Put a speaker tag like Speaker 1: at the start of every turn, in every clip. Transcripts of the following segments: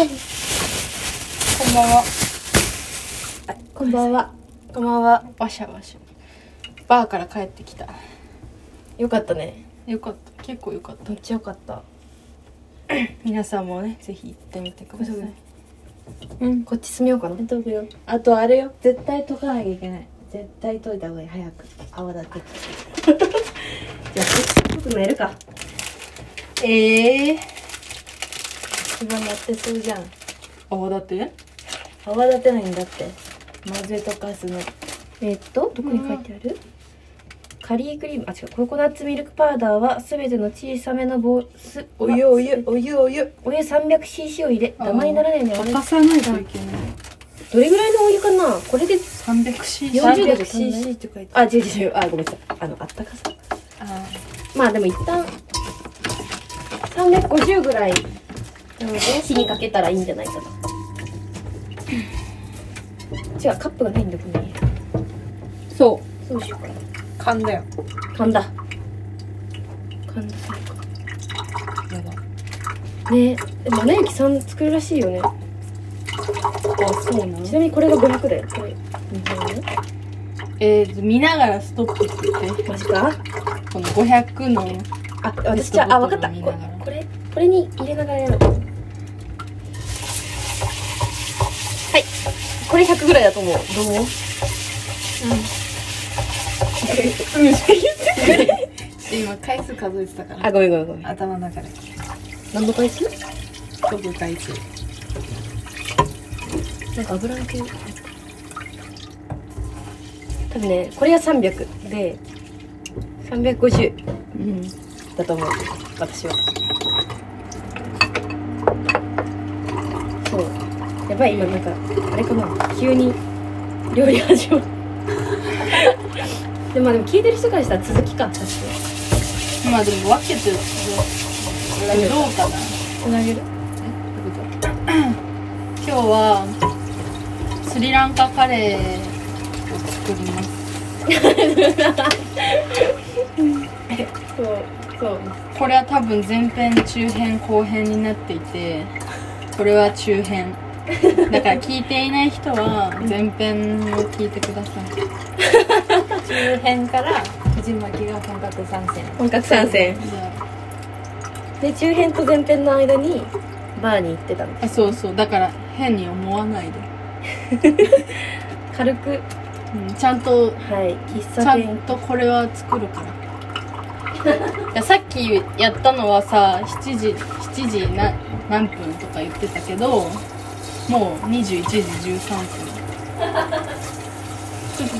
Speaker 1: こんばんは。
Speaker 2: こんばんは。
Speaker 1: こんばんは。わしゃわしゃ。バーから帰ってきた。
Speaker 2: よかったね。
Speaker 1: よかった。結構よかった
Speaker 2: めっ。ちゃよかった。
Speaker 1: 皆さんもね、ぜひ行ってみてください。
Speaker 2: うん、こっち住みようかな。
Speaker 3: 解くよあとあれよ絶対解かなきゃいけない絶対解いた方がいい早く泡立て じゃあ解くのやるか
Speaker 1: ええ
Speaker 3: 今やってそうじゃん
Speaker 1: ー。泡立て
Speaker 3: 泡立てないんだって混ぜ溶かすの
Speaker 2: えっと、どこに書いてある、カリークリーム、あ、違う、ココナッツミルクパウダーはすべての小さめのボウス、
Speaker 3: お湯お湯お湯お湯
Speaker 2: お湯 300cc を入れ、ダマにならないように泡
Speaker 1: 沸
Speaker 2: 立
Speaker 1: かさないといけない。
Speaker 2: てどれぐらいのお湯かなこれで、
Speaker 1: 300cc。
Speaker 2: 40度
Speaker 3: 300cc って書いてあ
Speaker 2: あ、違う違う違う、あ、ごめんなさい。あの、あったかさ。
Speaker 1: あ
Speaker 2: まあでも一旦、350ぐらい、
Speaker 3: る
Speaker 2: 火にかけたらいいんじゃないかな。違う、カップがないんだ、ここに。
Speaker 1: ーそう。
Speaker 2: そうしようか
Speaker 1: 勘
Speaker 2: な。
Speaker 1: だよ。
Speaker 2: 噛んだ。噛んだ、そうか。
Speaker 1: やば。
Speaker 2: ねえ、マナユキさん作るらしいよね。
Speaker 1: あ、そうなの
Speaker 2: ちなみにこれが500だよ。これ。日本円
Speaker 1: えー、見ながらストップしてて。
Speaker 2: マジか
Speaker 1: この500の。
Speaker 2: あ、私じゃあ、あ、わかった。
Speaker 1: ペットボトルを見ながら
Speaker 2: ここれ、これに入れながらやる。はい。これ100ぐらいだと思う。どううん。うん、しか言って
Speaker 1: 今、回数数えてたか
Speaker 2: あ、
Speaker 1: ら。
Speaker 2: ごめんごめんごめん。
Speaker 1: 頭の中で。
Speaker 2: 何の回数
Speaker 1: 飛ぶ回数。
Speaker 2: なんか油抜け多分ねこれが300で350
Speaker 1: うん。
Speaker 2: だと思う私はそうやばい今なんかあれかな急に料理始まる でもまあでも聞いてる人からしたら続きか確か
Speaker 1: まあでも分けてる
Speaker 2: うん
Speaker 1: どうかな
Speaker 2: つなげる
Speaker 1: 今日はスリランカカレーを作ります
Speaker 2: そうそう
Speaker 1: これは多分前編中編後編になっていてこれは中編だから聞いていない人は前編を聞いてください
Speaker 3: 中編から藤巻が本格参戦
Speaker 2: 本格参戦
Speaker 1: じゃ
Speaker 2: で中編と前編の間にバーに行ってたの
Speaker 1: ああそうそうだから変に思わないで、
Speaker 2: 軽く
Speaker 1: うん、ちゃんと
Speaker 2: はい喫
Speaker 1: ち
Speaker 2: 茶
Speaker 1: ゃ
Speaker 2: 店
Speaker 1: んとこれは作るからいやさっきやったのはさ7時7時な何分とか言ってたけどもう21時13分ちょっと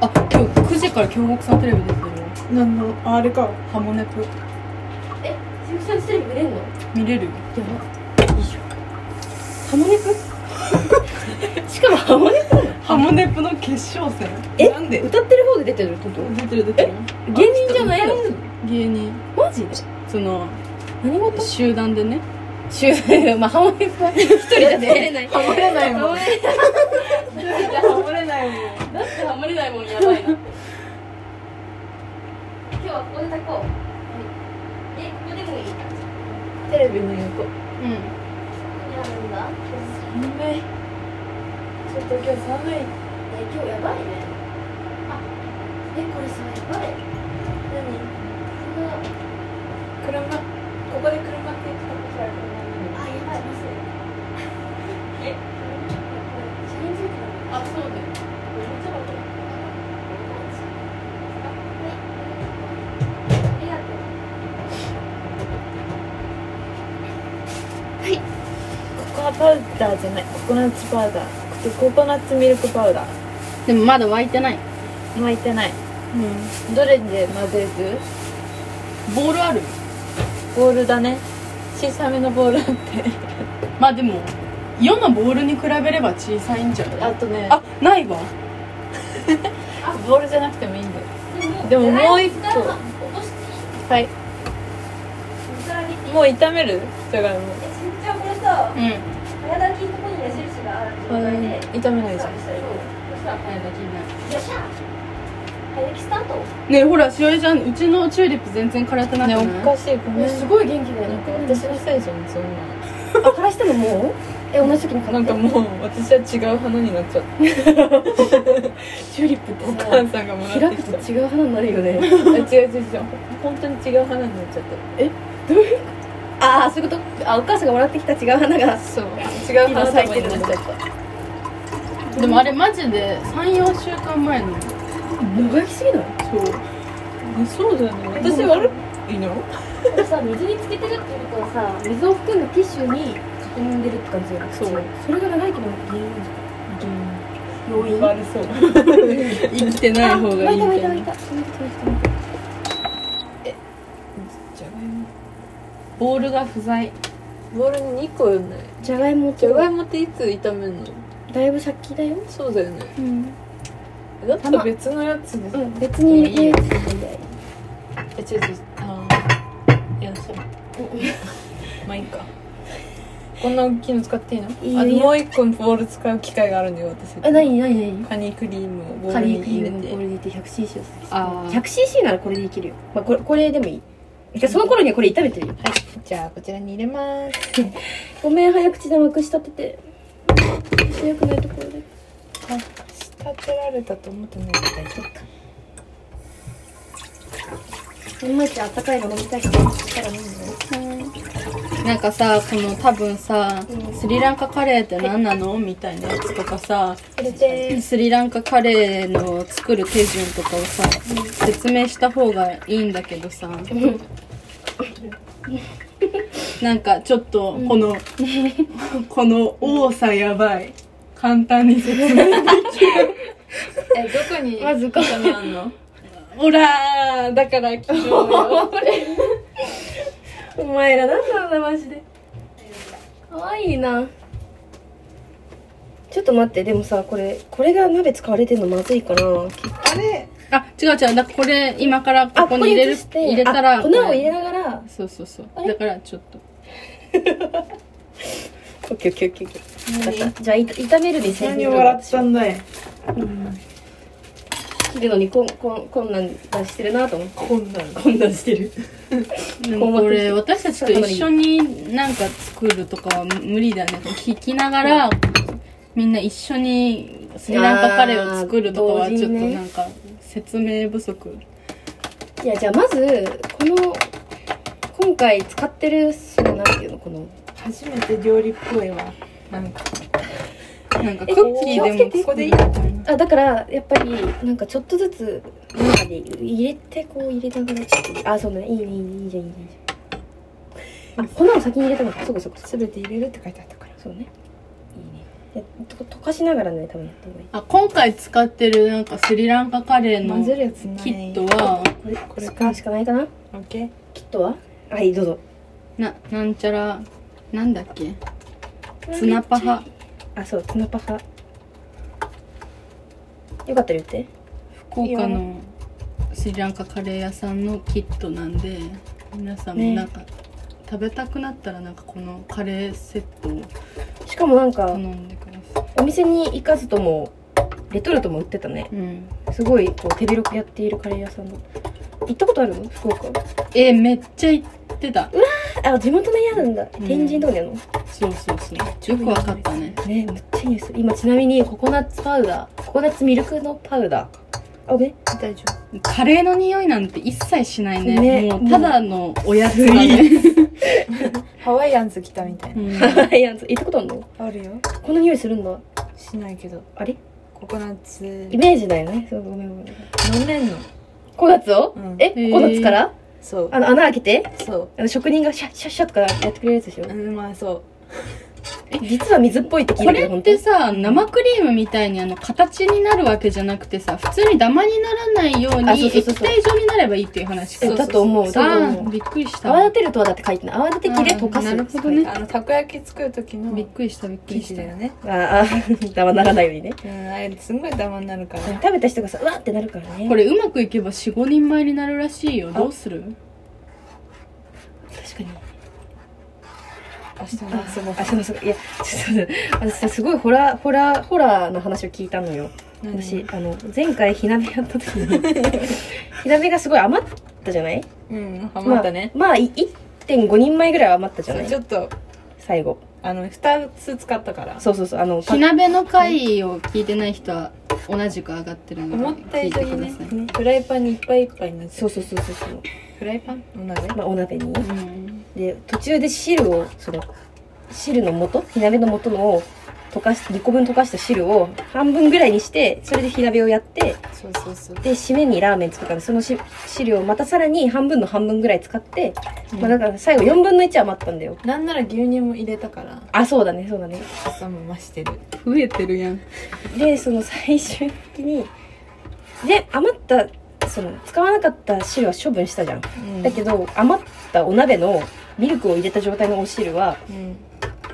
Speaker 1: あ今日9時から京極さんテレビ出てる
Speaker 4: なんのあれか
Speaker 1: ハモネプ
Speaker 2: え、鈴木さんテレビ見れんのや
Speaker 1: 見れるよ
Speaker 2: ば。いいじゃん。ハモネプしかもハモネプ
Speaker 1: ハモネプの決勝戦
Speaker 2: え
Speaker 4: なんで
Speaker 2: 歌ってる方で出てるってこ
Speaker 4: 出てる出てる
Speaker 2: と芸人じゃないの
Speaker 1: 芸人
Speaker 2: マジで
Speaker 1: その
Speaker 2: 何事
Speaker 1: 集団でね
Speaker 2: 中、まあハモネプは一人じゃ出れない。 ハモれないもん。
Speaker 4: ハモれないもん
Speaker 2: だってハモれないもんやばいな。今日はここで炊こう。え、ここでもいい
Speaker 3: テレビの横
Speaker 1: うん
Speaker 2: なんだ
Speaker 3: 寒いちょっと今日寒
Speaker 2: え、
Speaker 3: い
Speaker 2: 今日やばいね。あ、え、これさ、やばい。何
Speaker 3: 車ここで車って言ってたことある
Speaker 2: あ、やばい、マジで。え、社員ついてる
Speaker 1: あそうだよ
Speaker 3: ココアパウダーじゃないココナッツパウダーココナッツミルクパウダー
Speaker 1: でもまだ沸いてない
Speaker 3: 巻いてないどれで混ぜる
Speaker 1: ボールある
Speaker 3: ボールだね小さめのボールあって
Speaker 1: まあでも世のボールに比べれば小さいんじゃない
Speaker 3: あとね
Speaker 1: あないわ
Speaker 3: ボールじゃなくてもいいんだよでももう一個はいもう炒めるじゃがいも
Speaker 1: うん
Speaker 3: 炒めないじゃん
Speaker 1: 早炊きになる
Speaker 2: 早焼きスタート
Speaker 1: ねえほらしおりちゃんうちのチューリップ全然辛くなくない、
Speaker 3: かしいごめん
Speaker 2: すごい元気だよなんか
Speaker 3: 私のせいじゃんそんな
Speaker 2: あ枯らしてももうえ同じ時に枯
Speaker 3: な
Speaker 2: ら
Speaker 3: ん
Speaker 2: し
Speaker 3: か
Speaker 2: て
Speaker 3: もう私は違う花になっちゃった
Speaker 2: チューリップって
Speaker 3: お
Speaker 2: さ
Speaker 3: 母さんがもらっ
Speaker 2: 開
Speaker 3: て
Speaker 2: く
Speaker 3: きた
Speaker 2: と違う花になるよね
Speaker 3: あ違う違う違う本当に違う花になっちゃっ
Speaker 2: ああそういうことあお母さんがもらってきた違う花が
Speaker 3: たそう違う花
Speaker 2: 今咲い
Speaker 3: 束
Speaker 2: て
Speaker 3: に
Speaker 2: る
Speaker 3: なっ
Speaker 2: の
Speaker 3: ちゃった
Speaker 1: でもあれマジで34週間前の
Speaker 2: もがきすぎない
Speaker 3: そうだよね私悪いの
Speaker 2: でもさ水につけてるっていうことはさ水を含んだティッシュに囲んでるって感じよねそうそれが長いけど原因じゃん要因
Speaker 3: 悪そう
Speaker 1: 生きてない方がいい
Speaker 2: あ湧い
Speaker 1: み
Speaker 2: た
Speaker 1: た
Speaker 2: 湧
Speaker 1: いな
Speaker 2: いた湧いた湧いた湧いた
Speaker 3: じゃがいも
Speaker 1: ボールが不在
Speaker 3: ボールに2個よね
Speaker 2: じゃがいも
Speaker 3: じゃ
Speaker 2: と
Speaker 3: がいもっていつ炒めるの
Speaker 2: だいぶ先だよ
Speaker 3: そうだよね
Speaker 2: うん、
Speaker 3: だったら別のやつで
Speaker 2: うん、別に入れていない
Speaker 3: えちょっとあーいや そうまあいいかこんな大きいの使っていいの
Speaker 2: いいよ
Speaker 3: あともう一個のボール使う機会があるんだよ私
Speaker 2: え、なになになに
Speaker 3: カニクリームをボ
Speaker 2: カ
Speaker 3: ール
Speaker 2: リー
Speaker 3: に
Speaker 2: ク
Speaker 3: 入
Speaker 2: リ
Speaker 3: れ
Speaker 2: ーム
Speaker 3: て
Speaker 2: これでいって 100cc を
Speaker 1: あー
Speaker 2: 100cc ならこれでいけるよまあこれこれでもいいてかその頃にはこれ炒めてるよ
Speaker 3: じゃあこちらに入れます
Speaker 2: ごめん早口でまくし立てて強くないところで
Speaker 3: あ仕立てられたと思ってないから大丈夫か
Speaker 2: 毎日あったかいの飲みたいからそしたら飲んで
Speaker 1: なんかさこの多分さ、スリランカカレーって何なのみたいなやつとかさ
Speaker 2: それで
Speaker 1: スリランカカレーの作る手順とかをさ、説明した方がいいんだけどさなんかちょっとこの、この多さやばい簡単に説明
Speaker 3: えどこにまずここにあんの
Speaker 1: ほらーだから昨日
Speaker 2: お前らなんなんだマジで可愛いなちょっと待ってでもさこれこれが鍋使われてんのまずいから
Speaker 1: あ違う違うだからこれ今からここに入れる
Speaker 2: 移して
Speaker 1: 入れた
Speaker 2: あ
Speaker 1: ら
Speaker 2: 粉を入れながら
Speaker 1: そうそうそうだからちょっと
Speaker 2: オッケーオッケーオッケーオッケー分かったじゃあいた炒めるに成
Speaker 5: 何笑ってたんだい
Speaker 2: 切るのにこんこんこんなん出してるなと思って
Speaker 3: こんなの
Speaker 2: こんなんしてる
Speaker 1: でもこれ私たちと一緒になんか作るとかは無理だね聞きながらみんな一緒にスリランカカレーを作るとかは
Speaker 2: あー
Speaker 1: ちょっと
Speaker 2: 同時にね
Speaker 1: なんか説明不足
Speaker 2: いやじゃあまずこの今回使ってるそのなんていうのこの
Speaker 3: 初めて料理っぽいわなんか
Speaker 1: なんかクッキーでも
Speaker 2: え気をつけて
Speaker 1: 作るみたいな
Speaker 2: あだからやっぱりなんかちょっとずつ中で入れてこう入れながらちょっとあそうだねいいねいいねいいじゃんいいじゃんいいじゃんあ粉を先に入れたのかそうかそうか
Speaker 3: 全て入れるって書いてあったから
Speaker 2: そうねいいねでと溶かしながらね多分やった方がいい
Speaker 1: あ今回使ってるなんかスリランカカレーの
Speaker 3: 混ぜるやつない
Speaker 1: キットは
Speaker 3: これこれ
Speaker 2: こ
Speaker 3: か
Speaker 2: れしかないかな
Speaker 3: OK
Speaker 2: キットははいどうぞ
Speaker 1: ななんちゃらなんだっけツナパハ
Speaker 2: あそうツナパハよかったら言って
Speaker 1: 福岡のスリランカカレー屋さんのキットなんで皆さんもなんか、食べたくなったらなんかこのカレーセットを
Speaker 2: しかもなんか
Speaker 1: 頼んでくださ
Speaker 2: お店に行かずともレトルトも売ってたね
Speaker 1: い、うん、
Speaker 2: すごいこう手広くやっているカレー屋さんだ行ったことあるの福岡
Speaker 1: えめっちゃ行ってた
Speaker 2: あ地元の家なんだ
Speaker 1: ん
Speaker 2: 天神とかにあるの、
Speaker 1: そうそうそうよくわかったね
Speaker 2: ねめっちゃいいです今ちなみにココナッツパウダーココナッツミルクのパウダーかあね
Speaker 3: 大丈夫
Speaker 1: カレーの匂いなんて一切しないね
Speaker 2: ね
Speaker 1: もうただのおやつだね、
Speaker 3: ハワイアンズ来たみたいな
Speaker 1: うん
Speaker 2: いや行ったことあるの
Speaker 3: あるよ
Speaker 2: この匂いするんだ
Speaker 3: しないけど
Speaker 2: あれ
Speaker 3: ココナッツ
Speaker 2: イメージだよねそうごめんごめんコ
Speaker 3: 飲めんの
Speaker 2: コナッツを、
Speaker 3: うん
Speaker 2: えココナッツから
Speaker 3: そう
Speaker 2: あの穴開けて
Speaker 3: そ
Speaker 2: あの職人がシャッシャッシャッとかやってくれるやつでしょ
Speaker 3: ううんまあそ
Speaker 2: 実は水っぽいって聞
Speaker 1: こ
Speaker 2: いたけ
Speaker 1: れっ
Speaker 2: ど本当
Speaker 1: て
Speaker 2: に
Speaker 1: さ生クリームみたいにあの形になるわけじゃなくてさ普通にダマにならないよう
Speaker 2: あそ
Speaker 1: に
Speaker 2: うそ
Speaker 1: 液
Speaker 2: うそうそう
Speaker 1: 体状になればいいっていう話か
Speaker 2: えだと思うだと
Speaker 1: あ
Speaker 2: 思
Speaker 1: ー
Speaker 2: う
Speaker 1: びっくりした
Speaker 2: 泡立てるとはだって書いてない泡立て器で溶かす
Speaker 1: あーなるほどね
Speaker 3: うあのたこ焼き作る時の
Speaker 1: びっくりしたびっく
Speaker 3: 生
Speaker 1: りし
Speaker 3: 地
Speaker 1: た
Speaker 3: だよね
Speaker 2: ああ ダマならないようにね
Speaker 3: うんあれすんごいダマになるから
Speaker 2: 食べた人がさうわってなるからね
Speaker 1: これうまくいけば45人前になるらしいよどうする
Speaker 2: 確かに
Speaker 3: 明日のその
Speaker 2: あそうそういやちょっと私さすごいホラーホラーホラーの話を聞いたのよ
Speaker 6: 私
Speaker 2: 私あの前回火鍋やった時に火鍋がすごい余ったじゃない
Speaker 3: うん、ハマったね。
Speaker 2: まあ、まあ、い1.5人前ぐらい余ったじゃな
Speaker 3: ち
Speaker 2: い
Speaker 3: ょっと、
Speaker 2: 最後
Speaker 3: あの、二つ使ったから。
Speaker 2: そうそうそうあのパ
Speaker 1: 火鍋の回を聞いてない人は同じく上がってるの
Speaker 3: 思っ
Speaker 1: で
Speaker 3: た
Speaker 1: 聞
Speaker 3: 以
Speaker 1: いて
Speaker 3: 上
Speaker 1: ください
Speaker 3: にね、フライパンにいっぱいいっぱいになっちゃ。
Speaker 2: そううそうそうそうそう、
Speaker 3: フライパンお鍋
Speaker 2: まあ、お鍋に
Speaker 1: うん
Speaker 2: で途中で汁をその汁の素火鍋の素の溶かし2個分溶かした汁を半分ぐらいにしてそれで火鍋をやって
Speaker 3: そうそうそう。
Speaker 2: で締めにラーメン作ったのそのし汁をまたさらに半分の半分ぐらい使って、まあ、だから最後4分の1余ったんだよ
Speaker 3: なんなら牛乳も入れたから、
Speaker 2: あそうだねそうだね
Speaker 3: 朝も増してる。
Speaker 1: 増えてるやん
Speaker 2: でその最終的にで余ったその使わなかった汁は処分したじゃん、
Speaker 3: うん
Speaker 2: だけど余ったお鍋のミルクを入れた状態のお汁は
Speaker 3: うん。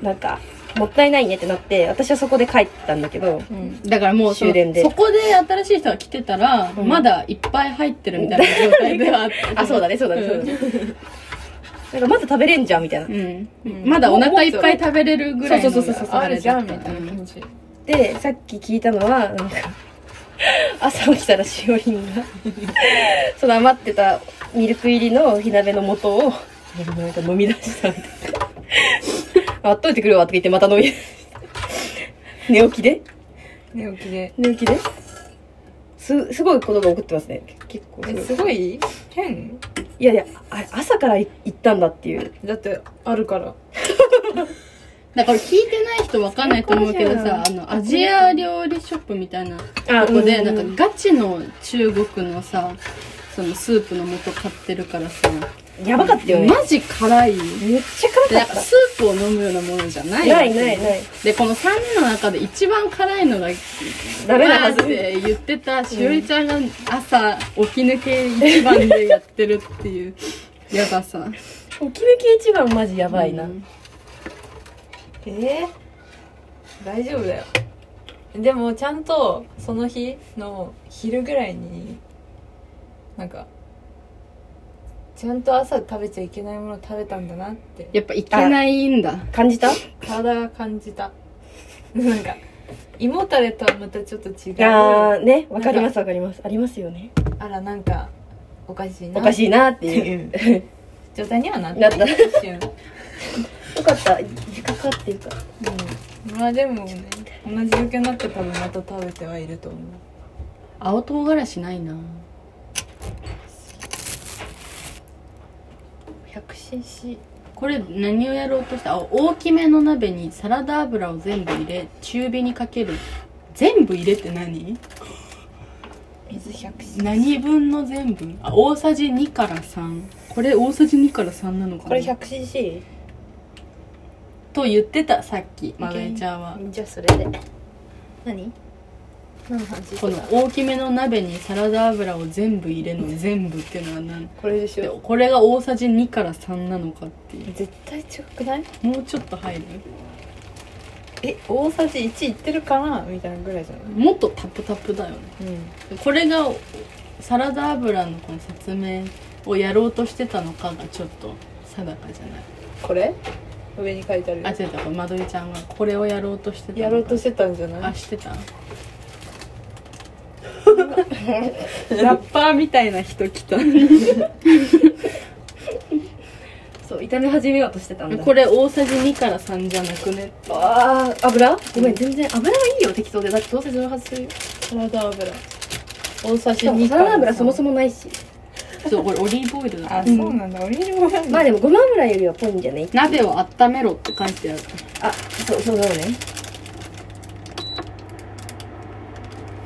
Speaker 2: なんかもったいないねってなって私はそこで帰ったんだけど
Speaker 3: うん。
Speaker 1: だからもうその
Speaker 2: 終電で
Speaker 1: そこで新しい人が来てたら、
Speaker 2: ん
Speaker 1: まだいっぱい入ってるみたいな状態ではあ った
Speaker 2: あそうだねそうだね、そうだねなんかまだ食べれんじゃんみたいな
Speaker 1: うん、
Speaker 3: ん
Speaker 1: まだお腹いっぱい食べれるぐらいの
Speaker 2: そうそうそうそうそう
Speaker 3: あるじゃん、みた
Speaker 1: う
Speaker 3: いな感
Speaker 1: ん
Speaker 3: じ。
Speaker 2: でさっき聞いたのはなんか 朝起きたらしおりん がその余ってたミルク入りの火鍋の素をなんか飲み出したみたいなあっといてくるわとか言ってまた飲み出した寝起きで
Speaker 3: 寝起きで。
Speaker 2: 寝起きですすごいことが起こってますね結構すご
Speaker 3: え
Speaker 2: い
Speaker 3: すごい変
Speaker 2: いやいやあれ朝から行ったんだっていう
Speaker 3: だって、あるから。
Speaker 1: だから聞いてない人わかんないと思うけどさあのアジア料理ショップみたいな
Speaker 2: あ
Speaker 1: とこで
Speaker 2: うんうん
Speaker 1: なんかガチの中国のさそのスープの素買ってるからさ
Speaker 2: やばかったよね
Speaker 1: マジ辛いよ
Speaker 2: めっちゃ
Speaker 1: で
Speaker 2: 辛
Speaker 1: なん
Speaker 2: かっ
Speaker 1: か
Speaker 2: た
Speaker 1: スープを飲むようなものじゃない
Speaker 2: ないないない
Speaker 1: でこの3人の中で一番辛いのが
Speaker 2: ダメなは
Speaker 1: わーっ
Speaker 2: ず
Speaker 1: て言ってたしおりちゃんが朝起き抜け一番でやってるっていうやばさ
Speaker 2: 起き抜け一番マジやばいな、
Speaker 1: うん
Speaker 3: えー、大丈夫だよでもちゃんとその日の昼ぐらいになんかちゃんと朝食べちゃいけないもの食べたんだなって
Speaker 1: やっぱいけないんだ
Speaker 2: 感じた
Speaker 3: 体が感じたなんか胃もたれとはまたちょっと違う
Speaker 2: あ
Speaker 3: あ
Speaker 2: ーねわかりますわかりますありますよね
Speaker 3: らなんかおかしいな
Speaker 2: おか
Speaker 3: い
Speaker 2: しいなっていう
Speaker 3: 状態にはなった
Speaker 2: なった
Speaker 3: 一瞬
Speaker 2: よかった時間かかってるから
Speaker 3: うんまあでもね同じ状況になって多分また食べてはいると思う
Speaker 1: 青唐辛子ないな
Speaker 3: 100cc
Speaker 1: これ何をやろうとしたあ大きめの鍋にサラダ油を全部入れ中火にかける全部入れって何
Speaker 3: 水 100cc
Speaker 1: 何分の全部あ大さじ2から3これ大さじ2から3なのかな
Speaker 2: これ 100cc?
Speaker 1: と言ってたさっきまめちゃんは
Speaker 2: じゃあそれで何
Speaker 3: 何の話
Speaker 1: この大きめの鍋にサラダ油を全部入れの全部っていうのは何
Speaker 3: これでし
Speaker 1: で
Speaker 3: ょ
Speaker 1: これが大さじ2から3なのかってい
Speaker 3: 絶対違くないう
Speaker 1: もうちょっと入る
Speaker 3: え大さじ1いってるかなみたいなぐらいじゃない
Speaker 1: もっとタプタプだよねこれがサラダ油のこの説明をやろうとしてたのかがちょっと定かじゃない
Speaker 3: これ上に書いてあ
Speaker 1: あ
Speaker 3: る
Speaker 1: 違うだからまどりちゃんはこれをやろうとしてたのか
Speaker 3: やろうとしてたんじゃな
Speaker 1: あ
Speaker 3: い
Speaker 1: して たラッパーみたいな人来た
Speaker 2: そう炒め始めようとしてたんだ
Speaker 1: これ大さじ2から3じゃなくね
Speaker 2: あー油ごめん全然油はいいよ適当でだってどうせ蒸発するよ
Speaker 3: サラダ油大さじ
Speaker 2: でも
Speaker 3: 2
Speaker 2: サラダ油そもそ
Speaker 3: も
Speaker 2: もないし
Speaker 1: そうこれオリーブオイルだ
Speaker 3: あそうなんだオリーブオイル
Speaker 2: まあでもごま油よりはぽいんじゃない
Speaker 1: 鍋を温めろって書いてある
Speaker 2: あそうそうだろうね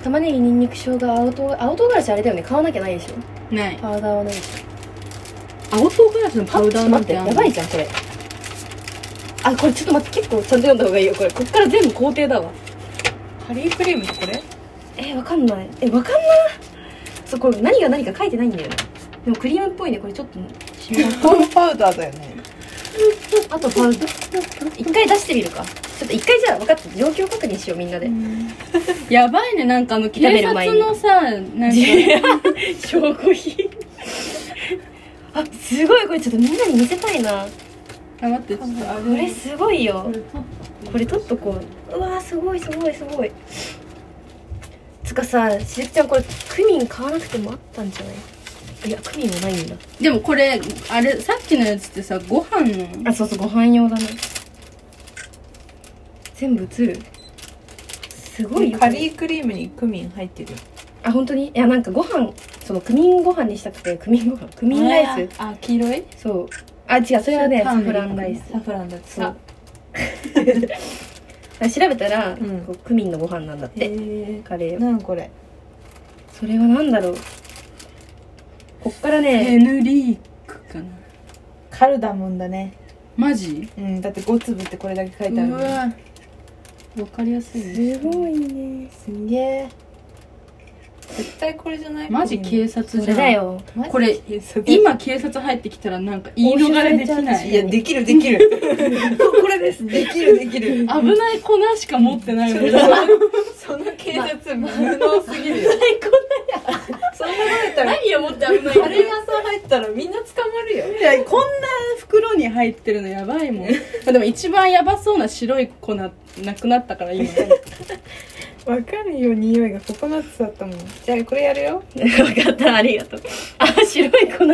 Speaker 2: 玉ねぎにんにく生姜青唐青唐辛子あれだよね買わなきゃないでしょ
Speaker 1: ない
Speaker 2: パウダーはないでしょ
Speaker 1: 青唐辛子のパウダー
Speaker 2: ちょ
Speaker 1: な
Speaker 2: っ
Speaker 1: ん
Speaker 2: と待って
Speaker 1: てあんの
Speaker 2: やばいじゃんこれあこれちょっと待って結構ちゃんと読んだ方がいいよこれこっから全部工程だわ
Speaker 3: カリークリームってこれ
Speaker 2: えー、わかんないえわかんないそうこれ何が何か書いてないんだよねでもクリームっぽいねこれちょっと
Speaker 3: コーンパウダーだよね
Speaker 2: あとパウダー一回出してみるかちょっと一回じゃあ分かった状況確認しようみんなで、
Speaker 1: やばいねなんかあの警
Speaker 2: める
Speaker 1: 察
Speaker 2: 前に
Speaker 1: のさ なんか
Speaker 2: 証拠品あすごいこれちょっとみんなに見せたいな
Speaker 1: あ待ってちょっとあ
Speaker 2: こ
Speaker 1: れ
Speaker 2: れすごいよこれ取っとこううわーすごいすごいすごいつかさしずきちゃんこれクミン買わなくてもあったんじゃないいやクミンはないんだ
Speaker 1: でもこれあれさっきのやつってさご飯の
Speaker 2: あそうそうご飯用だね全部映るすごいよ
Speaker 3: カリークリームにクミン入ってるよ
Speaker 2: あ本当にいやなんかご飯そのクミンご飯にしたくてクミンご飯クミンライ
Speaker 3: あ黄色い
Speaker 2: スそうあ違うそれはね
Speaker 1: それ
Speaker 2: サ
Speaker 1: パンで
Speaker 2: フランライス
Speaker 3: サフランだって
Speaker 2: そう
Speaker 3: さ
Speaker 2: 調べたら、
Speaker 3: ん
Speaker 2: こうクミンのご飯なんだっ
Speaker 3: へ
Speaker 2: て
Speaker 3: え
Speaker 2: カレー
Speaker 3: なんこれ
Speaker 2: それは何だろうこっからね
Speaker 1: ヘヌリークかな
Speaker 3: カルダモンだね
Speaker 1: マジ
Speaker 3: うんだって5粒ってこれだけ書いてある
Speaker 1: う
Speaker 3: もん
Speaker 1: わわかりやすいね
Speaker 2: すごいね
Speaker 3: すんげえ絶対これじゃない
Speaker 1: マジ警察
Speaker 2: そ
Speaker 1: じゃ
Speaker 2: れ
Speaker 1: ん
Speaker 2: だよ
Speaker 3: マジ
Speaker 1: これ
Speaker 3: 警察
Speaker 1: 今警察入ってきたらなんか言い逃れできない
Speaker 3: いやできるできる これですできるでき
Speaker 1: 危
Speaker 3: る
Speaker 1: ない粉しか持ってないもん
Speaker 3: その警察無能すぎるよ
Speaker 1: 最高
Speaker 3: そんなことやったら
Speaker 1: 何を持って危ない
Speaker 3: カレーがさ入ったらみんな捕まるよ
Speaker 1: いやこんな袋に入ってるのやばいもんま あでも一番やばそうな白い粉なくなったから今
Speaker 3: わかるよ匂いがココナッツだったもんじゃあこれやるよ
Speaker 2: 分かったありがとうあ白い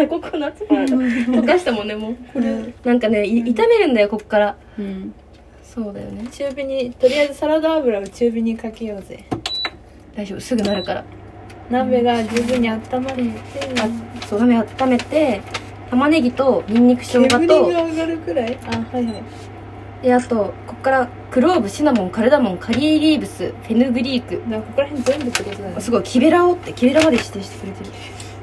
Speaker 2: 粉ココナッツパウダー溶かしたもんねもう
Speaker 3: これ
Speaker 2: なんかねい炒めるんだよこっから
Speaker 1: うん
Speaker 2: そうだよね
Speaker 3: 中火にとりあえずサラダ油を中火にかけようぜ
Speaker 2: 大丈夫すぐなるから
Speaker 3: 鍋が十分に温まれて
Speaker 2: そう鍋温めて玉ねぎとニンニク生姜
Speaker 3: 煙
Speaker 2: と
Speaker 3: が上がるくらいあはいはい
Speaker 2: であとこっからクローブシナモンカルダモンカリーリーブスフェヌグリーク
Speaker 3: なんかここら辺全部ってことだね
Speaker 2: あすごいキベラをってキベラまで指定してくれてる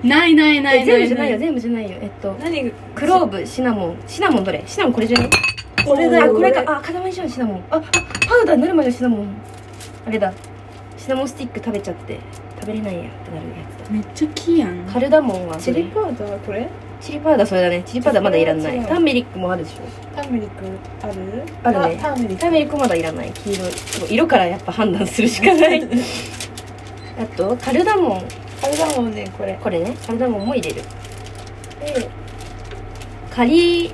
Speaker 1: ないないな
Speaker 2: え
Speaker 1: いな
Speaker 2: 全部
Speaker 1: い
Speaker 2: じゃないよ
Speaker 1: い
Speaker 2: 全部じゃないよえっと
Speaker 3: 何が
Speaker 2: クローブシナモンシナモンどれシナモンこれじゃない
Speaker 3: これだ
Speaker 2: あ
Speaker 3: よ
Speaker 2: これかあ塊じゃんシナモンああパウダー塗るまでのシナモンあれだシナモンスティック食べちゃって食べれないやってなるやつ
Speaker 1: めっちゃ木やん
Speaker 2: だカルダモンは
Speaker 3: チ
Speaker 2: そ
Speaker 3: リ
Speaker 2: れ
Speaker 3: パウダーはこれ
Speaker 2: チリパウダーそれだねチリパウダーまだいらな
Speaker 3: それは違
Speaker 2: いうターメリックもあるでしょ
Speaker 3: ターメリックある
Speaker 2: あるね
Speaker 3: ターメリッ
Speaker 2: タ
Speaker 3: ク
Speaker 2: ーメリックまだいらない黄色いそう色からやっぱ判断するしかない あとカルダモン
Speaker 3: あれだもんねこれ
Speaker 2: これねカルダモンも入れるでカリー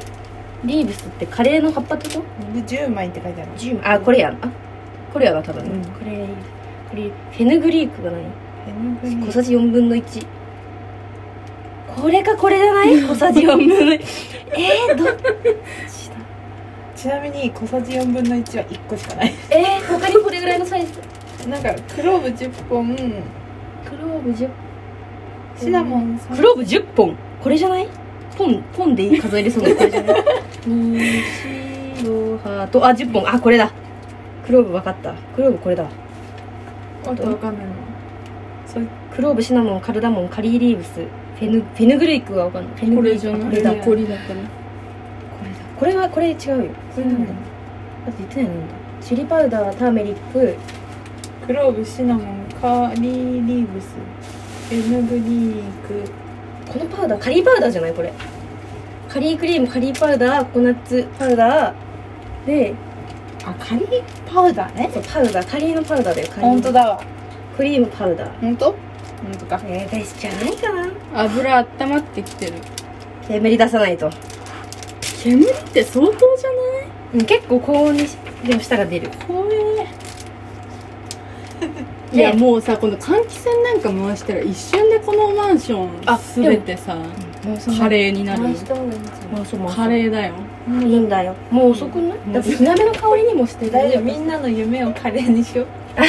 Speaker 2: リーブスってカレーの葉っぱってこと
Speaker 3: 10枚って書いてある
Speaker 2: 10あこれやんあこれやな多分ね、
Speaker 3: うん
Speaker 2: これこれフェヌグリークがない小さじ4分の1これかこれじゃない小さじ4分の1えー、どっちだ
Speaker 3: ちなみに小さじ4分の1は1個しかない
Speaker 2: えー、他にこれぐらいのサイズ
Speaker 3: なんかクローブ10本
Speaker 2: クローブ10
Speaker 3: シナモン3
Speaker 2: クローブ10本これじゃないポンポンで数えれそうなこれじゃない西ロハとあ10本あこれだクローブ分かったクローブこれだ
Speaker 3: あとわかんないの
Speaker 2: クローブシナモンカルダモンカリーリーブスフェヌフェヌグレイクは分かんないフェヌ
Speaker 1: こ
Speaker 2: グレ
Speaker 1: れ
Speaker 2: イク
Speaker 1: じゃない
Speaker 2: これだこ
Speaker 1: 残りだから
Speaker 2: れだこれはこれ違うよ
Speaker 3: これなんだ
Speaker 2: だって言ってないのなんだチリパウダーターメリック
Speaker 3: クローブシナモンカリーリーブスエヌグリーク
Speaker 2: このパウダーカリーパウダーじゃないこれカリークリームカリーパウダーココナッツパウダーで
Speaker 3: あカリーパウダーね
Speaker 2: そうパウダーカリーのパウダーだよカリー
Speaker 3: 本当だわ
Speaker 2: クリームパウダー
Speaker 3: 本当本当か
Speaker 2: えー、ベスじゃないかな
Speaker 1: 油温まってきてる
Speaker 2: 煙出さないと、
Speaker 1: 煙って相当じゃない
Speaker 2: うん、結構高温にしでもしたら出る
Speaker 1: 怖えい
Speaker 2: ね
Speaker 1: やもうさこの換気扇なんか回したら一瞬でこのマンション
Speaker 2: あ
Speaker 1: 全てさ
Speaker 2: もうそ
Speaker 1: カレーになる
Speaker 3: た方がいいんじゃ
Speaker 2: まあそうまあ
Speaker 1: カレーだよ
Speaker 2: ーいいんだよもう遅くないだって火鍋の香りにもして大
Speaker 3: 大丈夫
Speaker 2: 丈夫
Speaker 3: みんなの夢をカレーにしよ
Speaker 1: や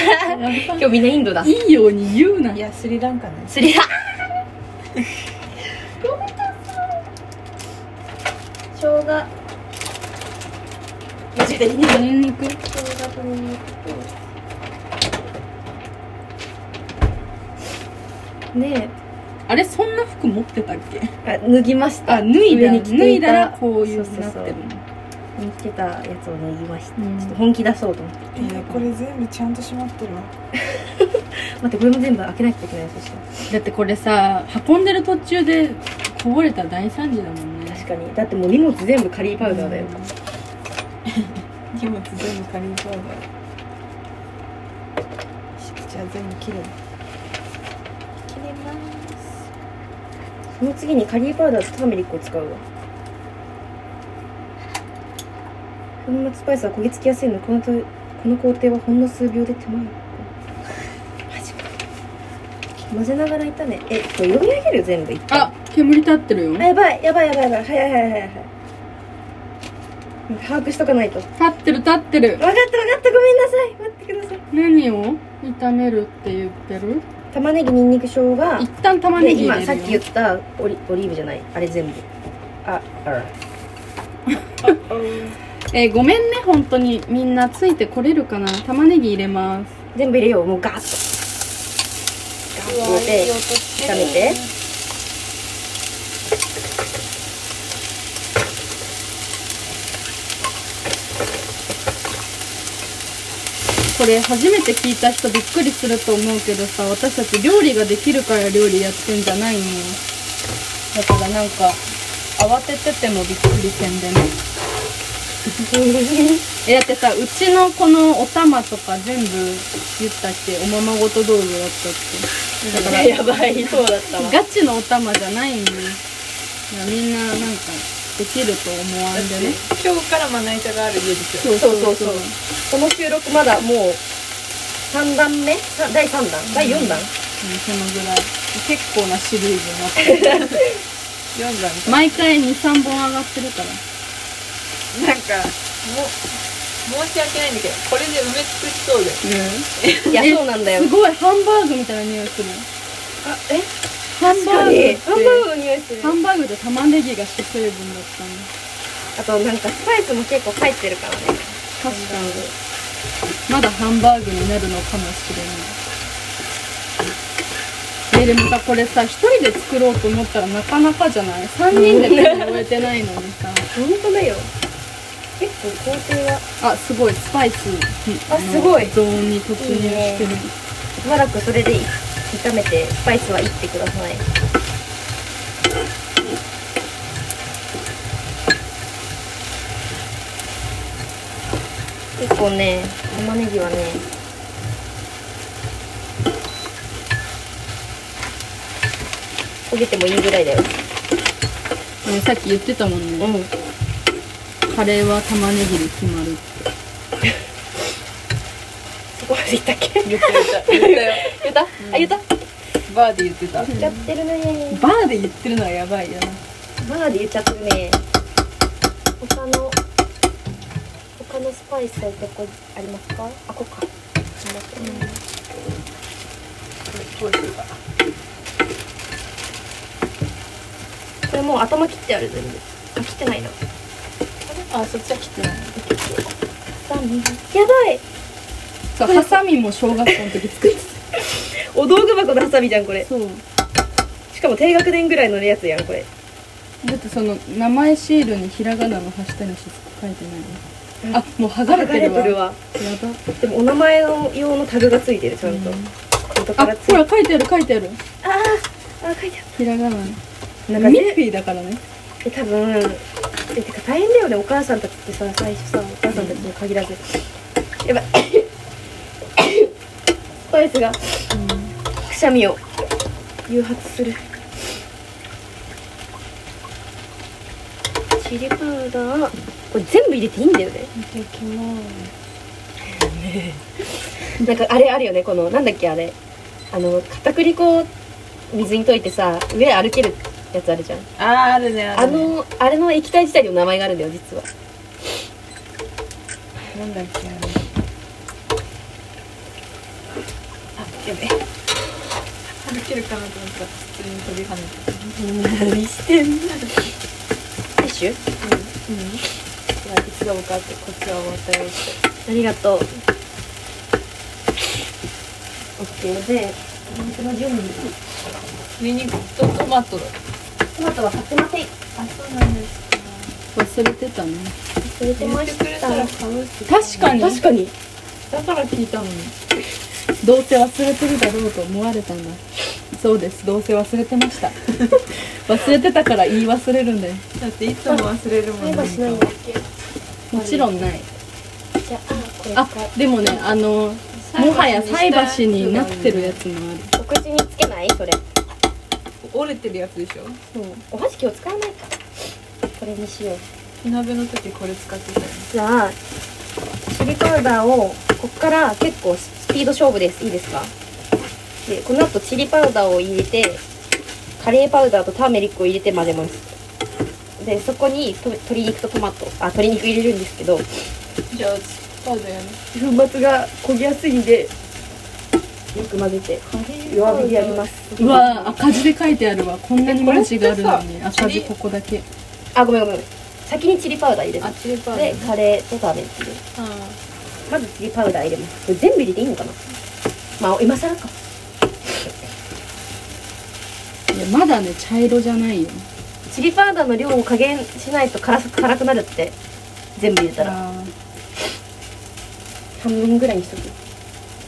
Speaker 1: っ
Speaker 2: 今日みんなインドだ
Speaker 1: ぱいいように言うな
Speaker 3: ういやスリランカね
Speaker 2: スリラ生姜間違えたニンニク
Speaker 1: ニンニク
Speaker 2: 生姜とニンニクとね
Speaker 1: あれそんな服持ってたっけ
Speaker 2: えあ脱ぎました
Speaker 1: あ脱いだ
Speaker 2: 上に着て
Speaker 1: 脱い
Speaker 2: いた
Speaker 1: だらこういう
Speaker 2: そう
Speaker 1: に
Speaker 2: そ
Speaker 1: な
Speaker 2: う
Speaker 1: って
Speaker 2: そう
Speaker 1: るの
Speaker 2: 見つけたやつを脱ぎました、
Speaker 1: うん
Speaker 2: ちょっと本気出そうと思って
Speaker 4: えー、これ全部ちゃんと閉まってるわ
Speaker 2: 待ってこれも全部開けなきゃいけないそした
Speaker 1: だ
Speaker 2: ら
Speaker 1: ってこれさ運んでる途中でこぼれたら大惨事だもんね
Speaker 2: 確かにだってもう荷物全部カリーパウダーだよ、
Speaker 3: 荷物全部カリーパウダーじゃあ全部切る切ります
Speaker 2: その次にカリーパウダーとターメリックを使うわ粉末スパイスは焦げ付きやすいのでこのとこの工程はほんの数秒で手間よマジか混ぜながらいたねえこれ読み上げる全部いっぱい
Speaker 1: あ煙立ってるよ
Speaker 2: あやばいやばいやばいやばいはいはいはいはいはい把握しとかないと分か
Speaker 1: 立ってる立ってる
Speaker 2: った分かったごめんなさい待ってください
Speaker 1: 何を炒めるって言ってる
Speaker 2: 玉ねぎにんにく生姜
Speaker 1: 一旦玉ね
Speaker 2: で
Speaker 1: ぎ入
Speaker 2: 今
Speaker 1: れるよ
Speaker 2: さっき言ったオリオリーブじゃないあれ全部ああ
Speaker 1: えーごめんね本当にみんなついてこれるかな玉ねぎ入れます
Speaker 2: 全部入れようもうガーッとガーッとで炒めて
Speaker 1: これ初めて聞いた人びっくりすると思うけどさ私たち料理ができるから料理やってんじゃないのよだからなんか慌てててもびっくりせんでね えだってさうちのこのお玉とか全部言ったっておままごと道具だったってだから
Speaker 2: やばいそうだったわ
Speaker 1: ガチのお玉じゃないんでみんななんかできると思わんでね
Speaker 3: 今日からまな板がある家ですよ
Speaker 1: そう
Speaker 2: そうそう そうこの収録まだもう3段目さ第3弾第4弾
Speaker 1: う んそのぐらい結構なシリーズになってる
Speaker 3: 4段
Speaker 1: 毎回23本上がってるから
Speaker 3: なんかもう申し訳ないんだけどこれで埋め尽くしそうで
Speaker 2: いや
Speaker 1: え
Speaker 2: そうなんだよ
Speaker 1: すごいハンバーグみたいな匂いする
Speaker 2: あえ
Speaker 1: ハンバーグって
Speaker 2: ハンバーグの匂いする
Speaker 1: ハンバーグで玉ねぎが主成分だったの
Speaker 2: あとなんかスパイスも結構入ってるからね
Speaker 1: 確かにまだハンバーグになるのかもしれないえでもさこれさ一人で作ろうと思ったらなかなかじゃない3人で手に終えてないのにさ
Speaker 2: 本当だよ結構工程は
Speaker 1: あすごいスパイス
Speaker 2: あすごい
Speaker 1: ゾーンに突入してる
Speaker 2: しばらくそれで炒めてスパイスはいってください結構ね玉ねぎはね焦げてもいいぐらいだよ
Speaker 1: うんさっき言ってたもん
Speaker 2: う
Speaker 1: ね
Speaker 2: ん
Speaker 1: カレーは玉ねぎで決まる
Speaker 2: そこまでいったっけ
Speaker 3: 言ってた言ったよ
Speaker 2: 言った、あ言った言
Speaker 3: バーで言ってた
Speaker 2: っちゃってるね
Speaker 1: バーで言ってるのはやばいよな
Speaker 2: バーで言っちゃってるね他の他のスパイスはどこありますかあここかこれもう頭切ってある全部あ切ってないなや
Speaker 3: あそっちは切ってない
Speaker 2: ばい
Speaker 1: そうハサミも小学校の時作ってた
Speaker 2: お道具箱のハサミじゃんこれ
Speaker 1: そう
Speaker 2: しかも低学年ぐらいのやつやんこれ
Speaker 1: だってその名前シールにひらがなの端下にしか書いてないのあもう剥がれてるわ
Speaker 2: 剥がれ
Speaker 1: や
Speaker 2: わ
Speaker 1: ば
Speaker 2: でもお名前の用のタグがついてるちゃんと、元か
Speaker 1: あ
Speaker 2: らつい
Speaker 1: ほら書いてある書いてある
Speaker 2: あ書いてあ
Speaker 1: ひらがな
Speaker 2: るなんか
Speaker 1: ミッ
Speaker 2: ね
Speaker 1: フィーだからね
Speaker 2: え多分えてか大変だよねお母さんたちってさ最初さお母さんたちに限らず、やばいスパイスが、くしゃみを誘発するチリパウダーこれ全部入れていいんだよねなんかあれあるよねこのなんだっけあれあの片栗粉を水に溶いてさ上歩けるやつあるじゃん
Speaker 3: あーあるねあ
Speaker 2: あ
Speaker 3: るね
Speaker 2: のあれの液体自体にも名前があるんだよ実は
Speaker 3: なんだっけあれあやべ歩けるかなと思ったら普通に飛び跳ねて
Speaker 2: 何してんのティッシュ
Speaker 3: たいやいつだもかってこっちは終わったよって
Speaker 2: ありがとう OK でお肉の準備
Speaker 3: ニンニクとトマトだ
Speaker 2: トマトは買ってません
Speaker 3: あそうなんです
Speaker 1: 忘れてたね
Speaker 2: 忘れてま
Speaker 3: 言ってくれ
Speaker 2: した
Speaker 3: ら買うって
Speaker 1: 確かに
Speaker 2: 確かに
Speaker 3: だから聞いたのに
Speaker 1: どうせ忘れてるだろうと思われたんだそうですどうせ忘れてました忘れてたから言い忘れるんだよ
Speaker 3: だっていつも忘れるもん
Speaker 2: 買えばしないんだっけ
Speaker 1: もちろんない
Speaker 2: じゃあこれ
Speaker 1: あでもねあのもはや菜箸になってるや
Speaker 3: つ
Speaker 1: つもある
Speaker 2: お口につけないそれ
Speaker 3: 折れてるやつでしょ
Speaker 2: お箸今日使わないかこれにしよう
Speaker 3: 火鍋の時これ使ってたよね
Speaker 2: じゃあチリパウダーをこっから結構スピード勝負ですいいですかでこの後チリパウダーを入れてカレーパウダーとターメリックを入れて混ぜますでそこにと鶏肉とトマトあ鶏肉入れるんですけど粉
Speaker 3: じゃあパウダーやね
Speaker 2: 末が焦げやすいんでよく混ぜて弱火でやります
Speaker 1: うわ赤字で書いてあるわこんなに文字があるのに
Speaker 3: えこれってさ
Speaker 1: 赤字ここだけ
Speaker 2: あごめんごめんごめん先にチリパウダー入れ
Speaker 3: あ
Speaker 2: ます
Speaker 3: チリパウダー
Speaker 2: でカレーとターメリック入れる
Speaker 3: あ
Speaker 2: まずチリパウダー入れますこれ全部入れていいのかなまあ今更か
Speaker 1: いやまだね茶色じゃないよ
Speaker 2: チリパウダーの量を加減しないと辛さ辛くなるって全部入れたら
Speaker 1: あー
Speaker 2: 半分ぐらいにしとく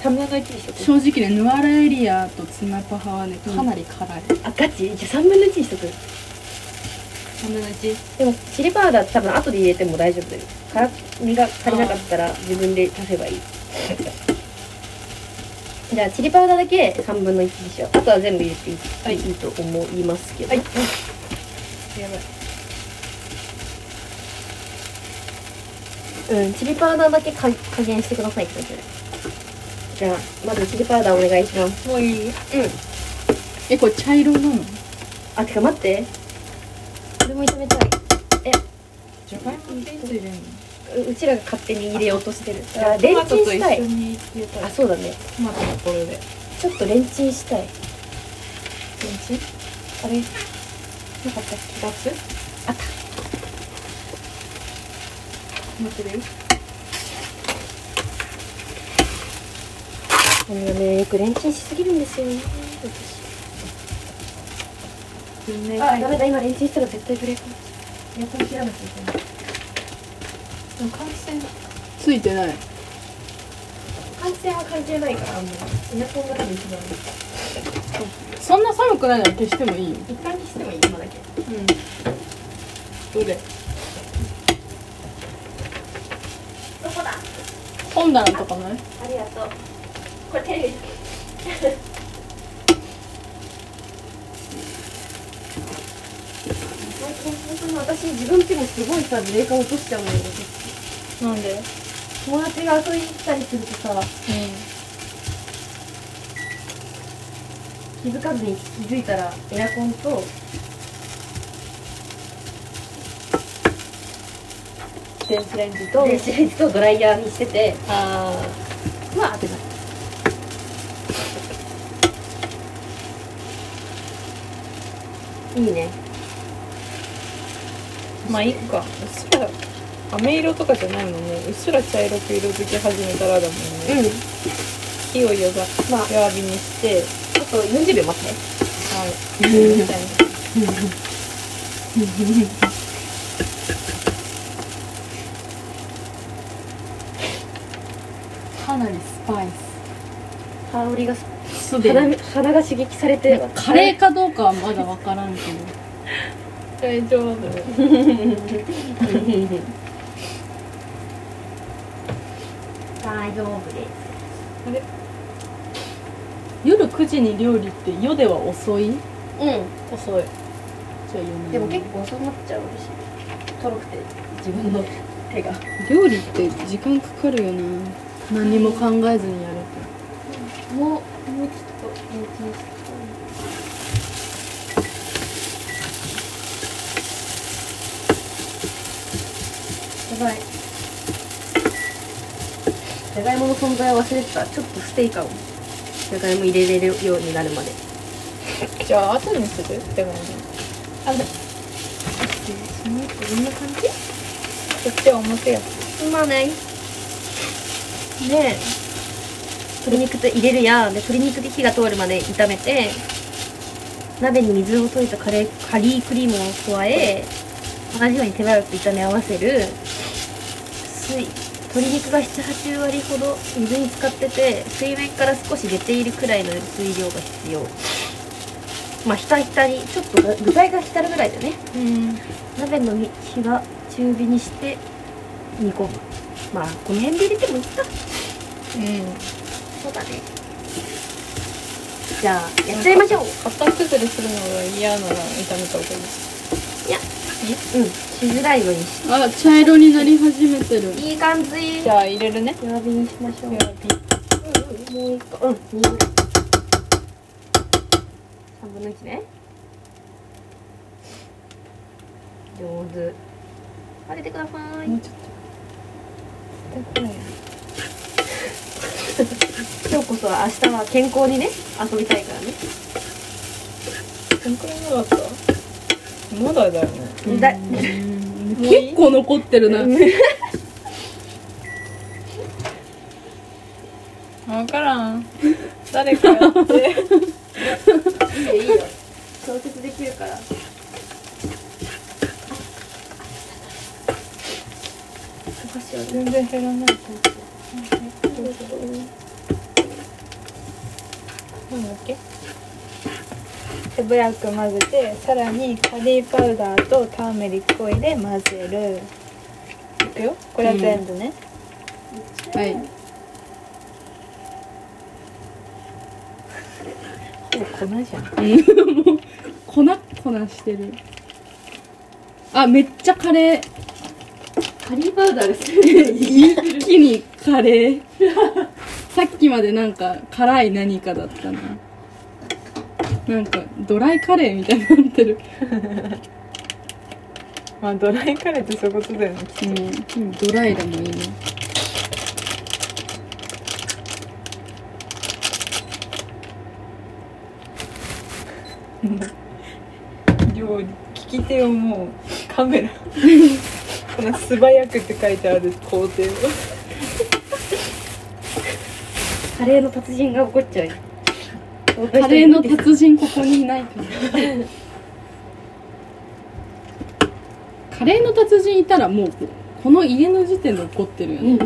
Speaker 2: 半分の1にしとく
Speaker 1: 正直ねヌアラエリアとツナパハはねかなり辛い、
Speaker 2: あガチじゃあ3分の1にしとく
Speaker 3: 3分の1
Speaker 2: でもチリパウダーって多分後で入れても大丈夫だよ辛みが足りなかったら自分で足せばいい じゃあチリパウダーだけ3分の1にしようあとは全部入れていい,、い、いと思いますけど、
Speaker 3: やばい
Speaker 2: うんチリパウダーだけか加減してくださいってことでじゃあまずチリパウダーお願いします
Speaker 3: もういい
Speaker 2: うん
Speaker 1: えこれ茶色なの
Speaker 2: あてか待ってこれも炒めたい
Speaker 3: じゃがいもレンジ入れるの
Speaker 2: ううちらが勝手に入れようとしてるあレンチンしたい
Speaker 3: トマトと一緒に入れたら
Speaker 2: あそうだね
Speaker 3: トマトのこれでレン
Speaker 2: ちょっとレンチンしたい
Speaker 3: チン
Speaker 2: あれなかったっ
Speaker 3: バス
Speaker 2: あった
Speaker 3: 持ってるよ
Speaker 2: けあのねよくレンチンしすぎるんですよね
Speaker 3: 文明
Speaker 2: 私あ
Speaker 3: 会
Speaker 2: ダメだ今レンチンしたら絶対ブレーカーやっと切らなきゃいけない
Speaker 3: でも感染
Speaker 1: ついてない
Speaker 2: 感染は関係ないからもうエアコンが多分一番
Speaker 1: そんな寒くないなら消してもいいよ
Speaker 2: 一旦にしてもいい今だけ
Speaker 3: うんどれ
Speaker 2: どこだ
Speaker 1: 本棚とかない
Speaker 2: ありがとうこれテレビ最近本当に私自分家もすごいさブレーカー落としちゃうのよ
Speaker 3: なんで
Speaker 2: 友達が遊びに来たりするとさ気づかずに気づいたらエアコンと
Speaker 3: 電子レンジと
Speaker 2: 電子レンジとドライヤーにしてて
Speaker 3: あ
Speaker 2: まあ当てないいいね
Speaker 3: まあいいかうっすら飴色とかじゃないもんねうっすら茶色く色づき始めたらだもん
Speaker 2: う
Speaker 3: ね、
Speaker 2: ん
Speaker 3: 火を弱,、
Speaker 2: まあ
Speaker 3: 弱火にして
Speaker 2: あと40秒待って
Speaker 3: はいみたいな
Speaker 1: かなりスパイ
Speaker 2: 香りが
Speaker 1: スすで
Speaker 2: 鼻
Speaker 1: に
Speaker 2: み鼻が刺激されて
Speaker 1: カレーかどうかはまだわからんけど
Speaker 3: 大丈 夫
Speaker 2: 大丈夫です
Speaker 1: 夜9時に料理って夜では遅い
Speaker 2: うん
Speaker 3: 遅い
Speaker 1: じゃあ夜なの
Speaker 2: でも結構遅くなっちゃうしとろくて自分の手が
Speaker 1: 料理って時間かかるよな何も考えずにやる
Speaker 2: もうもうちょっとレンチンしてやばいじゃがいもの存在を忘れてたちょっとステイ感をじゃがいも入れれるようになるまで
Speaker 3: じゃあ後にするでもねあのその子どんな感じこっちは表や
Speaker 2: すまないねえ鶏肉と入れるやんで鶏肉で火が通るまで炒めて鍋に水を溶いたカレーカリークリームを加え同じように手早く炒め合わせる水鶏肉が78割ほど水に浸かってて水面から少し出ているくらいの水量が必要まあひたひたにちょっと具材が浸るぐらいだよね
Speaker 3: うん
Speaker 2: 鍋の火は中火にして煮込むまあこの辺で入れてもいいか
Speaker 3: うん
Speaker 2: そうだねじゃあやっちゃいましょう
Speaker 3: 型崩れするのが嫌なら炒めた方がいい
Speaker 2: うんしづらいようにし
Speaker 1: あ茶色になり始めてる
Speaker 2: いい感じ
Speaker 3: じゃあ入れるね
Speaker 2: 弱火にしましょう
Speaker 3: 弱火
Speaker 2: うんうんもう一個うん煮る
Speaker 7: 3分の1ね上手あげてください
Speaker 8: もうちょっ
Speaker 7: 今日こそは明日は健康にね遊びたいからね
Speaker 3: どんくらいなかったまだだよね
Speaker 7: だ
Speaker 1: 結構残ってるな
Speaker 3: 分からん誰かやって
Speaker 7: いいよいいよ調節できるから
Speaker 3: 全然減らないとなんだっけ手早く混ぜてさらにカリーパウダーとターメリックを入れ混ぜるいくよこれは全部ね、
Speaker 1: はい
Speaker 3: もう粉じゃん
Speaker 1: 粉粉してるあめっちゃカレー
Speaker 2: カリーパウダーです
Speaker 1: 一気にカレーさっきまでなんか辛い何かだったななんかドライカレーみたいになってる
Speaker 3: まあドライカレーってそういうことだよね
Speaker 1: うん、ドライでもいいね
Speaker 3: 料理聞き手をもうカメラこの「素早く」って書いてある工程を
Speaker 7: カレーの達人が怒っちゃうよ
Speaker 1: カレーの達人ここにいないからカレーの達人いたらもうこの家の時点で怒ってるよね、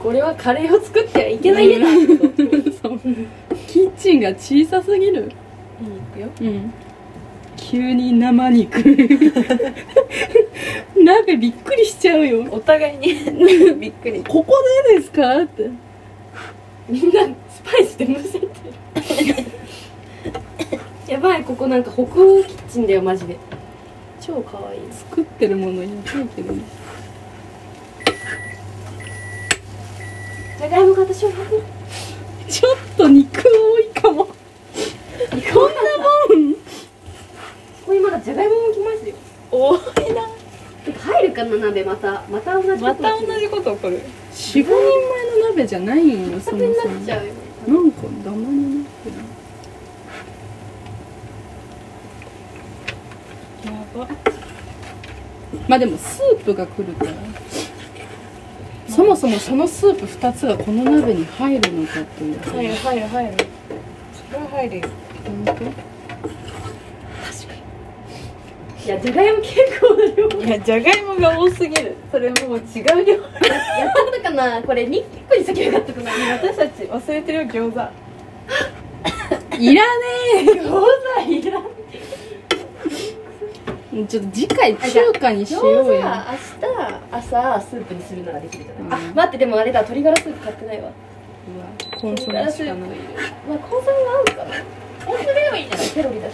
Speaker 2: これはカレーを作ってはいけない家だ
Speaker 1: そうキッチンが小さすぎる
Speaker 3: いくよ
Speaker 1: うん急に生肉鍋びっくりしちゃうよ
Speaker 3: お互いにびっくり
Speaker 1: ここでですかって
Speaker 2: みんなスパイスでむせてる やばいここなんか北欧キッチンだよマジで超かわいい
Speaker 1: 作ってるものについてるんです
Speaker 2: じゃがいもが私を運ぶ
Speaker 1: ちょっと肉多いかもこんなもん
Speaker 2: これまだじゃがいもも来ますよ
Speaker 3: おま
Speaker 2: てか入るかな鍋またまた同じこと
Speaker 3: た
Speaker 2: 起き
Speaker 3: 同
Speaker 2: る
Speaker 3: じこと起こる
Speaker 1: 45人前の鍋じゃないんよそも
Speaker 2: ま
Speaker 1: そ
Speaker 2: た
Speaker 1: も
Speaker 2: になっちゃうよね
Speaker 1: なんかダマになってる
Speaker 3: やば
Speaker 1: まあでもスープが来るからそもそもそのスープ2つがこの鍋に入るのかっていう
Speaker 3: 入る入る入るそれは入るよ
Speaker 2: いやじゃがいも結構だよ
Speaker 3: いやじゃがいもが多すぎるそれもう違う量
Speaker 2: やったのかなこれ2個に先ゃよかった かな
Speaker 3: 私たち忘れてるよ餃子
Speaker 1: いらね
Speaker 2: 餃子いらん
Speaker 1: えちょっと次回中華にしようよ
Speaker 2: 餃子明日朝スープにするならできるじゃない、あ待ってでもあれだ鶏ガラスープ買ってないわ
Speaker 1: コンソメしかない
Speaker 2: まあコンソメが合うかなコンソメでもいいんじゃないペロリだし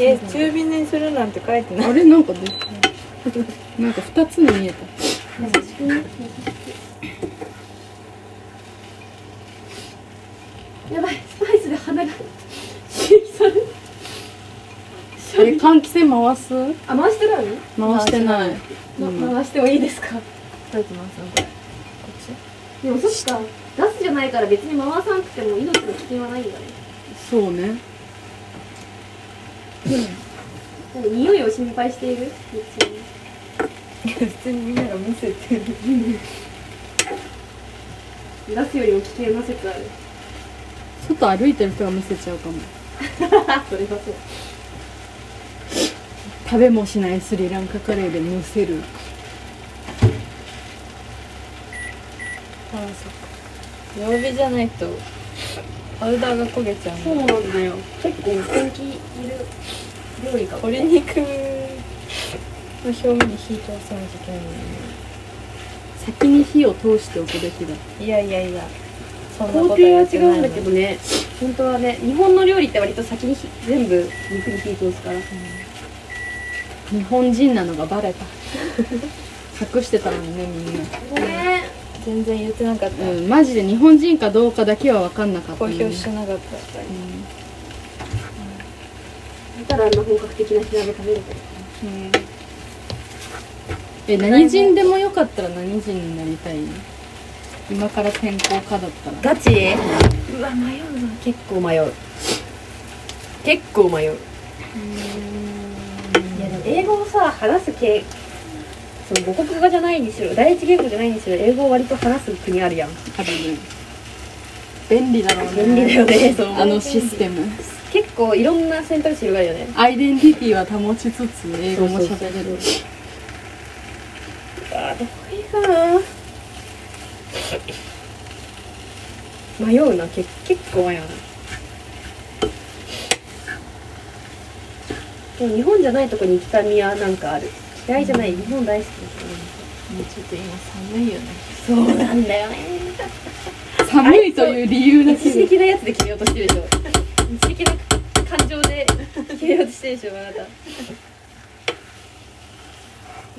Speaker 3: え中火にするなんて書いてない
Speaker 1: あれなんか出てるなんか2つに見えた
Speaker 2: 優しくねやばいスパイスで鼻が刺激される
Speaker 1: え換気扇回す
Speaker 2: あ回してないの、
Speaker 1: 回してない
Speaker 2: ま回してもいいですか
Speaker 3: 書いてますこれこっち
Speaker 2: でもそっかガスじゃないから別に回さなくても命の危険はないんだね
Speaker 1: そうね
Speaker 2: なんか匂いを心配しているめっちゃ
Speaker 3: 普通にみんなが見せてる
Speaker 2: ガスよりも危険な説ある
Speaker 1: 外歩いてる人がむせちゃうかも
Speaker 2: あ それはそう
Speaker 1: 食べもしないスリランカカレーでむせる
Speaker 3: ああそっか曜日じゃないとパウダーが焦げちゃう
Speaker 2: そう
Speaker 3: の
Speaker 2: なんだよ結構本気いる料理かも
Speaker 3: 鶏肉の表面に火通さなきゃいけないのに
Speaker 1: 先に火を通しておくべきだ
Speaker 3: いやいやいやそんな
Speaker 2: 工
Speaker 3: こと
Speaker 2: 程は
Speaker 3: やっ
Speaker 2: 違
Speaker 3: て
Speaker 2: う
Speaker 3: ない
Speaker 2: ん
Speaker 3: の
Speaker 2: だけどね本当はね日本の料理って割と先に火全部肉に火通すから
Speaker 1: 日本人なのがバレ た隠してたのにねみんな
Speaker 2: ごめん
Speaker 3: 全然言ってなかった、
Speaker 1: うんマジで日本人かどうかだけは分かんなかった
Speaker 3: 公
Speaker 1: ね、
Speaker 3: 表してなかった、うん
Speaker 9: ったらあんな本格的な火鍋食べるけど
Speaker 1: うんえ何人でもよかったら何人になりたい今から健康家だったら
Speaker 2: ガチうわ迷うな結構迷う結構迷う
Speaker 9: いやでも英語をさ話す系その母国語じゃないにしろ第一言語じゃないにしろ英語を割と話す国あるやん
Speaker 1: あるね便利だろうね
Speaker 2: 便利だよねそう
Speaker 1: あのシステム
Speaker 2: 結構いろんな選択肢があるよね
Speaker 1: アイデンティティは保ちつつ英語も喋れる
Speaker 2: いいかな 迷うなけ結構迷うなでも日本じゃないとこに行きたみはなんかある嫌いじゃない、日本大好き
Speaker 3: もうちょっと今寒いよね
Speaker 2: そうなんだよね
Speaker 1: 寒いという理由だ
Speaker 2: 一
Speaker 1: けで
Speaker 2: 時的なやつで決めようとしてるでしょ一時的な感情で決めようとしてるでしょあなたね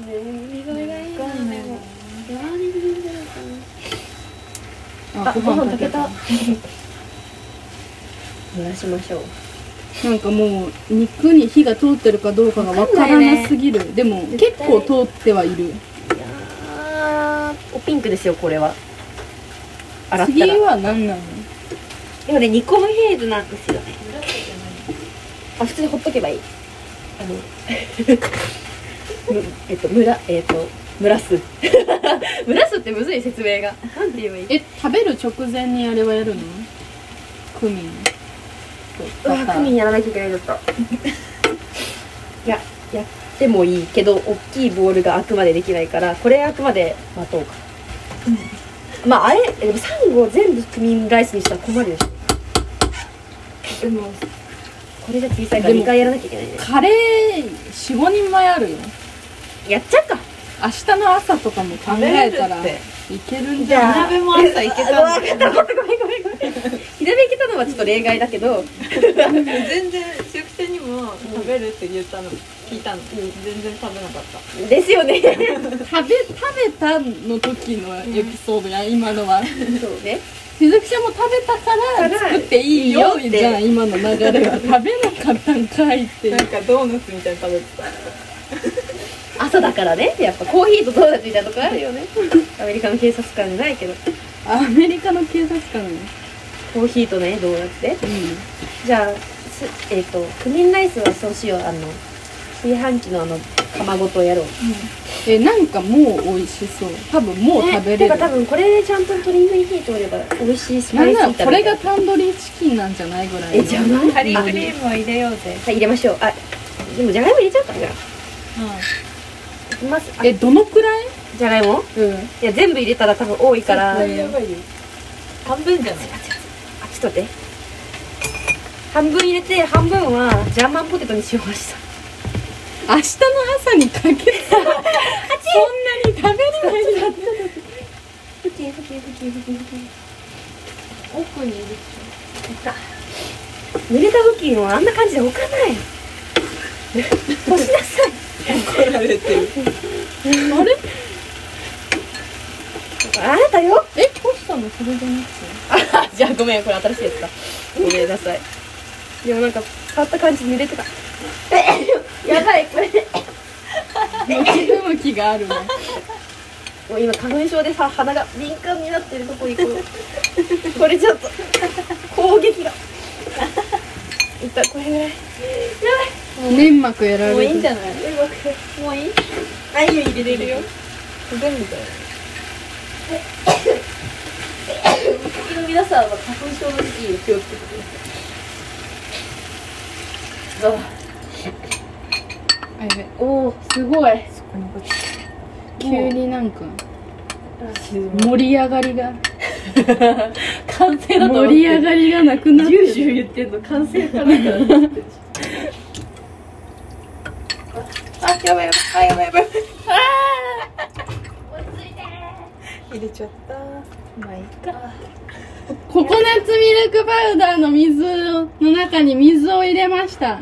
Speaker 2: え意外がいいなでも
Speaker 1: あご飯炊けた
Speaker 2: 蒸らしましょう
Speaker 1: なんかもう肉に火が通ってるかどうかがわからなすぎる、でも結構通ってはいる
Speaker 2: あーおピンクですよこれは洗った
Speaker 1: 次
Speaker 2: ら
Speaker 1: は何なの
Speaker 9: でもね煮込みヘイズなんですよね
Speaker 2: あ普通にほっとけばいいあの むえっと蒸らえっと蒸らす 蒸らすってむずい説明がなんて言えばいい
Speaker 1: え食べる直前にあれはやるのクミン
Speaker 2: う
Speaker 1: バ
Speaker 2: わ
Speaker 1: ター
Speaker 2: クミンやらなきゃいけないだったいややってもいいけど大きいボールがあくまでできないからこれあくまで待とうか、まああれでもサンゴを全部クミンライスにしたら困るでしょ
Speaker 3: でも
Speaker 2: これじゃ小さいから
Speaker 1: でも
Speaker 2: 2回やらなきゃいけないね
Speaker 1: カレー45人前あるよ
Speaker 2: やっちゃうか
Speaker 1: 明日の朝とかも考えたら
Speaker 3: 食べれる
Speaker 1: いけるんじ
Speaker 3: じゃあ
Speaker 1: ゃない
Speaker 3: 鍋も朝行けたんだ
Speaker 2: ひらめきたのはちょっと例外だけど
Speaker 3: 全然シュクにも食べるって言ったの聞いたの、全然食べなかった
Speaker 2: ですよね
Speaker 1: 食べ食べたの時のエピソードや、今のは
Speaker 2: そうね
Speaker 1: しずきちゃんも食べたから作っていいよ
Speaker 2: いいよって
Speaker 1: じゃん今の流れは食べなかったんかいっていう
Speaker 3: なんかドーナツみたいに食べてた
Speaker 2: 朝だからねやっぱコーヒーとドーナツみたいなとこあるよねアメリカの警察官じゃないけど
Speaker 1: アメリカの警察官ね
Speaker 2: コーヒーとねドーナツで
Speaker 1: う
Speaker 2: じゃあすえっ、とクミンライスはそうしようあの炊飯器のあの卵とやろう、
Speaker 1: んえなんかもう美味しそう多分もう食べれ
Speaker 2: て
Speaker 1: る、
Speaker 2: か多分これでちゃんと鶏肉に火通れば美味しいス
Speaker 1: な
Speaker 2: パ
Speaker 1: ん
Speaker 2: イス
Speaker 1: なら
Speaker 2: 炒め
Speaker 1: これがタンドリーチキンなんじゃないぐらい
Speaker 2: え
Speaker 1: の
Speaker 2: じゃない
Speaker 3: カリ
Speaker 2: あは
Speaker 3: ーク
Speaker 2: い
Speaker 3: リームを入れようぜ
Speaker 2: 入れましょうあでもじゃがいも入れちゃうかじゃあいきますあ
Speaker 1: えどのくらい
Speaker 2: じゃがい
Speaker 1: う
Speaker 2: も
Speaker 1: ん
Speaker 2: いや全部入れたら多分多いから
Speaker 3: うんやばいよ半分じゃない
Speaker 2: あちょっと待って半分入れて半分はジャーマンポテトにしようました
Speaker 1: 明日の朝にかけてそんなに食べれないんだって
Speaker 3: 奥にいる
Speaker 2: 濡れた布巾をあんな感じで置かない干しなさい
Speaker 3: 怒られてる
Speaker 1: あれ
Speaker 2: あなたよ
Speaker 1: え干したのそれじゃなく
Speaker 2: じゃあごめんこれ新しいやつだごめんなさいでもなんか触った感じ濡れてたやばいこれ
Speaker 1: て向き不向きがあるね
Speaker 2: もう今花粉症でさ鼻が敏感になってるとこにこうこれちょっと攻撃がいったこれぐらい
Speaker 1: 粘膜やられる
Speaker 3: もういいんじゃない
Speaker 2: もういいあいいよ入れれるよ
Speaker 3: 不便利だよ
Speaker 2: 国の皆さんは花粉症の時期に気をつけてください
Speaker 1: あやべ
Speaker 2: おおすごい
Speaker 1: 急になんか盛り上がりが
Speaker 2: 完成だと思
Speaker 1: 盛
Speaker 2: って
Speaker 1: り上がりがなくなって
Speaker 2: ジュー
Speaker 1: る
Speaker 2: ジュー言ってんの完成かなんかだと思ってるあやばいやばいあやばいやばい
Speaker 3: 入れちゃった
Speaker 1: ココナッツミルクパウダーの水の中に水を入れました
Speaker 2: い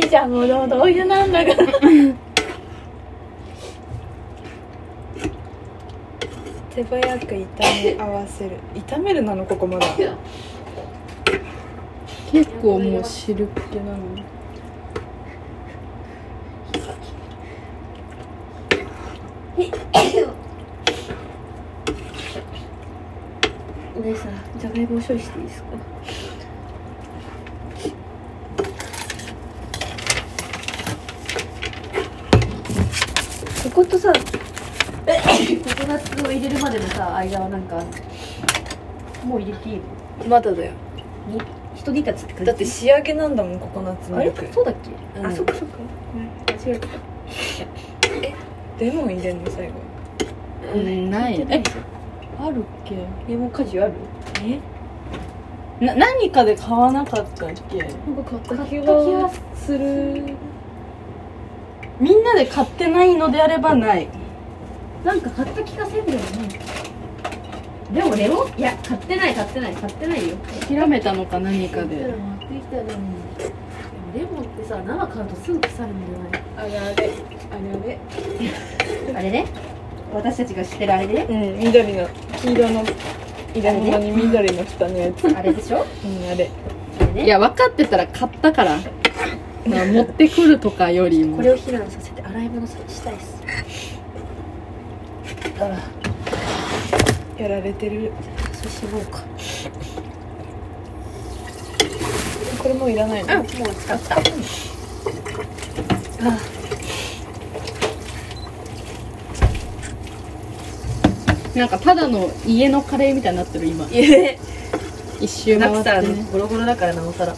Speaker 2: いじゃんもうどういうなんだか
Speaker 3: 手早く炒め
Speaker 10: 合わせる炒めるなのここまだ
Speaker 1: 結構もう汁気なのに
Speaker 7: お姉さんじゃがいも処理していいですかこことさココナッツを入れるまでのさ間はなんかもう入れていいの
Speaker 3: まだだよ
Speaker 7: 一リッターつってくれ
Speaker 3: だって仕上げなんだもんココナッツ
Speaker 7: あ
Speaker 3: ミル
Speaker 7: れ
Speaker 3: ク
Speaker 7: そうだっけ、
Speaker 3: うん
Speaker 7: あそっかそっか間違えた
Speaker 3: レモン入れんの最後
Speaker 1: うんないえあるっけ
Speaker 7: レモン果汁ある
Speaker 1: な何かで買わなかったっけ
Speaker 7: なんか買った気
Speaker 1: 買った気がするみんなで買ってないのであればない
Speaker 2: なんか買った気がせんだよねでもレモンいや買ってない買ってない買ってないよ
Speaker 1: 諦めたのか何かで
Speaker 2: 買ってきたよでもレモンってさ生買うとすぐ腐るんじゃない
Speaker 3: あれあれあれ
Speaker 7: あれね私たちが知ってるあれね
Speaker 3: あれうん緑の黄色の入れ物に緑の蓋のやつうん
Speaker 7: あれでしょ
Speaker 3: あれ
Speaker 1: いや分かってたら買ったからまあ持ってくるとかよりも
Speaker 2: これを避難させて洗い物したいっす
Speaker 3: やられてる
Speaker 2: そうしようか
Speaker 3: これもういらないの
Speaker 2: もう使った
Speaker 1: なんかただの家のカレーみたいになってる今
Speaker 2: え
Speaker 1: 一周
Speaker 2: な
Speaker 1: 回
Speaker 2: く
Speaker 1: って
Speaker 2: さ
Speaker 1: ね
Speaker 2: ゴロゴロだからなおさら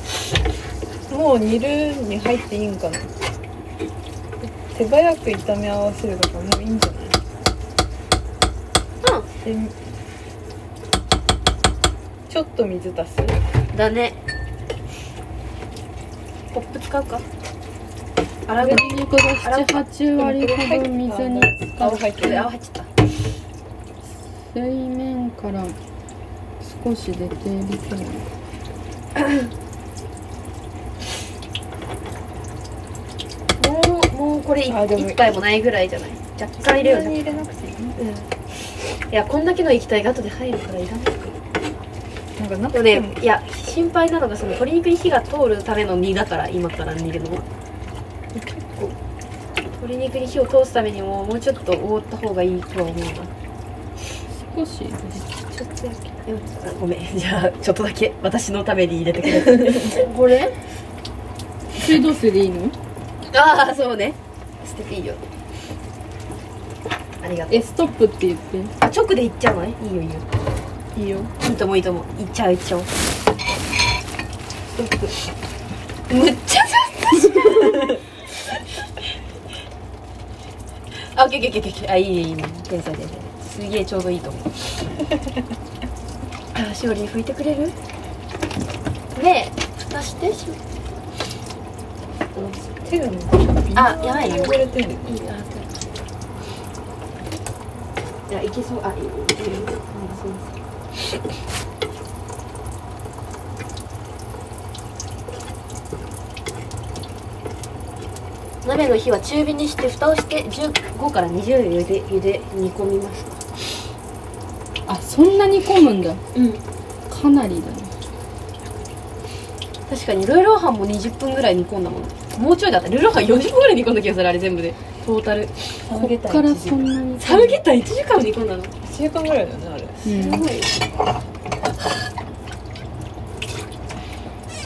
Speaker 3: もう煮るに入っていいんかな手早く炒め合わせるとかもういいんじゃないうんでちょっと水足す
Speaker 2: だねポップ使うか
Speaker 1: 粗び肉が78割ほど水に浸か
Speaker 3: 泡
Speaker 1: っ
Speaker 3: 入って
Speaker 2: これ
Speaker 3: る
Speaker 2: 泡入っちゃっ
Speaker 1: 水面から少し出ているけど
Speaker 2: たもうもうこれ一
Speaker 3: あでも
Speaker 2: 一杯もないぐらいじゃない若干入れよう
Speaker 3: そんな
Speaker 2: ね
Speaker 3: に入れなくていい
Speaker 2: いやこんだけの液体が後で入るからいらない
Speaker 3: なんかな
Speaker 2: で
Speaker 3: く
Speaker 2: も
Speaker 3: ても
Speaker 2: ねいや心配なのがその鶏肉に火が通るための煮だから今から煮るのは
Speaker 3: 結構
Speaker 2: 鶏肉に火を通すためにももうちょっと覆った方がいいとは思うな
Speaker 1: 少しです
Speaker 2: ちょっとだけうんあごめんじゃあちょっとだ け私のために入れてくれ
Speaker 1: これ水道水でいいの
Speaker 2: ああそうね捨てていいよありがとう
Speaker 1: えストップって言って
Speaker 2: あ直でいっちゃうのねいいよいいよ
Speaker 1: いいよ
Speaker 2: いいともいいともいっちゃういっちゃおうむっちゃ雑あオッケーオッケーオッケーオッケーあいいねいいね天才天才すげえちょうどいいと思うあしおりん拭いてくれるねえ蓋してし
Speaker 3: 手がね
Speaker 2: あやばいね
Speaker 3: 汚れてる
Speaker 2: いいなっていやいけそうあいいいいいいうんそうです鍋の火は中火にして蓋をして15から20秒で茹で煮込みます
Speaker 1: あそんなに混むんだ
Speaker 2: うん
Speaker 1: かなりだね
Speaker 2: 確かにルーローハンも20分ぐらい煮込んだもんもうちょいだったルーローハン40分ぐらい煮込んだ気がするあれ全部でトータル
Speaker 3: サムゲタ
Speaker 1: こっから
Speaker 3: ン
Speaker 1: そんなに
Speaker 2: サムゲタン1時間も煮込んだの
Speaker 3: 1週間ぐらいだよねあれ
Speaker 1: う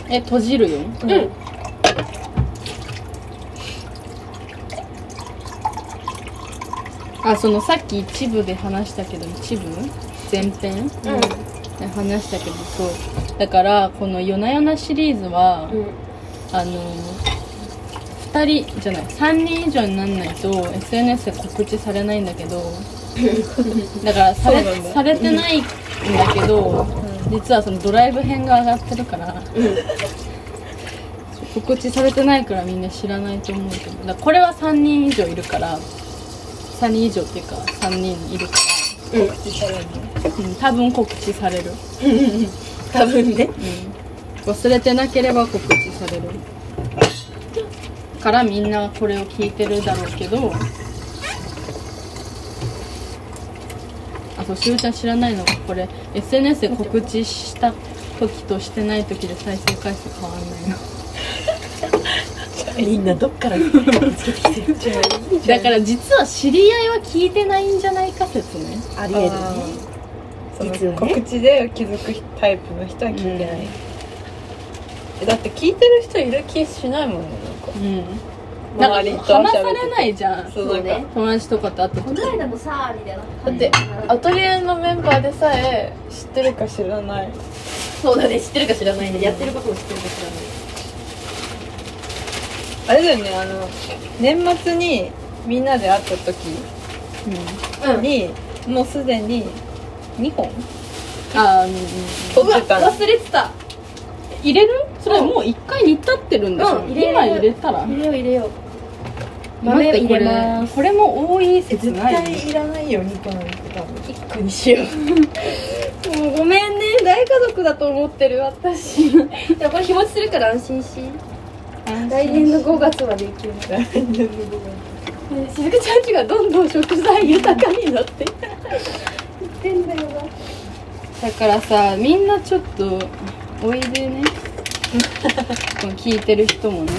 Speaker 1: んえ閉じるよ
Speaker 2: うん
Speaker 1: あそのさっき一部で話したけど一部前編
Speaker 2: うん
Speaker 1: で話したけどそうだからこの「夜な夜な」シリーズは、あの2人じゃない3人以上になんないと SNS で告知されないんだけどだからされ
Speaker 3: そうなんだ
Speaker 1: されてないんだけど、実はそのドライブ編が上がってるから、告知されてないからみんな知らないと思うけどだからこれは3人以上いるから3人以上っていうか3人いるから、うん多分告知される
Speaker 2: 多分ね
Speaker 1: 忘れてなければ告知されるからみんなこれを聞いてるだろうけどあそうしおちゃん知らないのがこれ SNS で告知した時としてない時で再生回数変わんないな
Speaker 7: みんなどっから見つけてきてる
Speaker 1: だから実は知り合いは聞いてないんじゃないか説ね
Speaker 7: ありえるね
Speaker 3: その
Speaker 7: 実はね
Speaker 3: 告知で気づくタイプの人は聞いてない、えだって聞いてる人いる気しないもんね
Speaker 1: うん
Speaker 3: なんか
Speaker 1: なんか話されないじゃん
Speaker 3: そうなんか
Speaker 2: ね
Speaker 1: 友達とかと会った
Speaker 2: こ
Speaker 1: 時
Speaker 2: の間もさみたいな
Speaker 3: だってアトリエのメンバーでさえ知ってるか知らない
Speaker 2: そうだね知ってるか知らないねやってることを知ってるか知らない
Speaker 3: あれだよねあの年末にみんなで会った時に、もうすでに2本
Speaker 1: あーうんうん
Speaker 3: 撮ってたの
Speaker 2: 忘れてた
Speaker 1: 入れるそれもう一回煮立ってるんでしょ、
Speaker 2: うん入れる
Speaker 1: 今入れたら
Speaker 2: 入れよう入れよう
Speaker 1: 待って
Speaker 2: 豆入れます
Speaker 1: これこれも多い説
Speaker 3: 絶
Speaker 1: ない
Speaker 3: 対いらないよ2個なんて多分
Speaker 7: 一個にしよう
Speaker 2: もうごめんね大家族だと思ってる私でもこれ日持ちするから安心し来年の5月までいける来年の5月しずくちゃんちがどんどん食材豊かになって言ってんだよな
Speaker 1: だからさみんなちょっとおいでねこの聞いてる人もね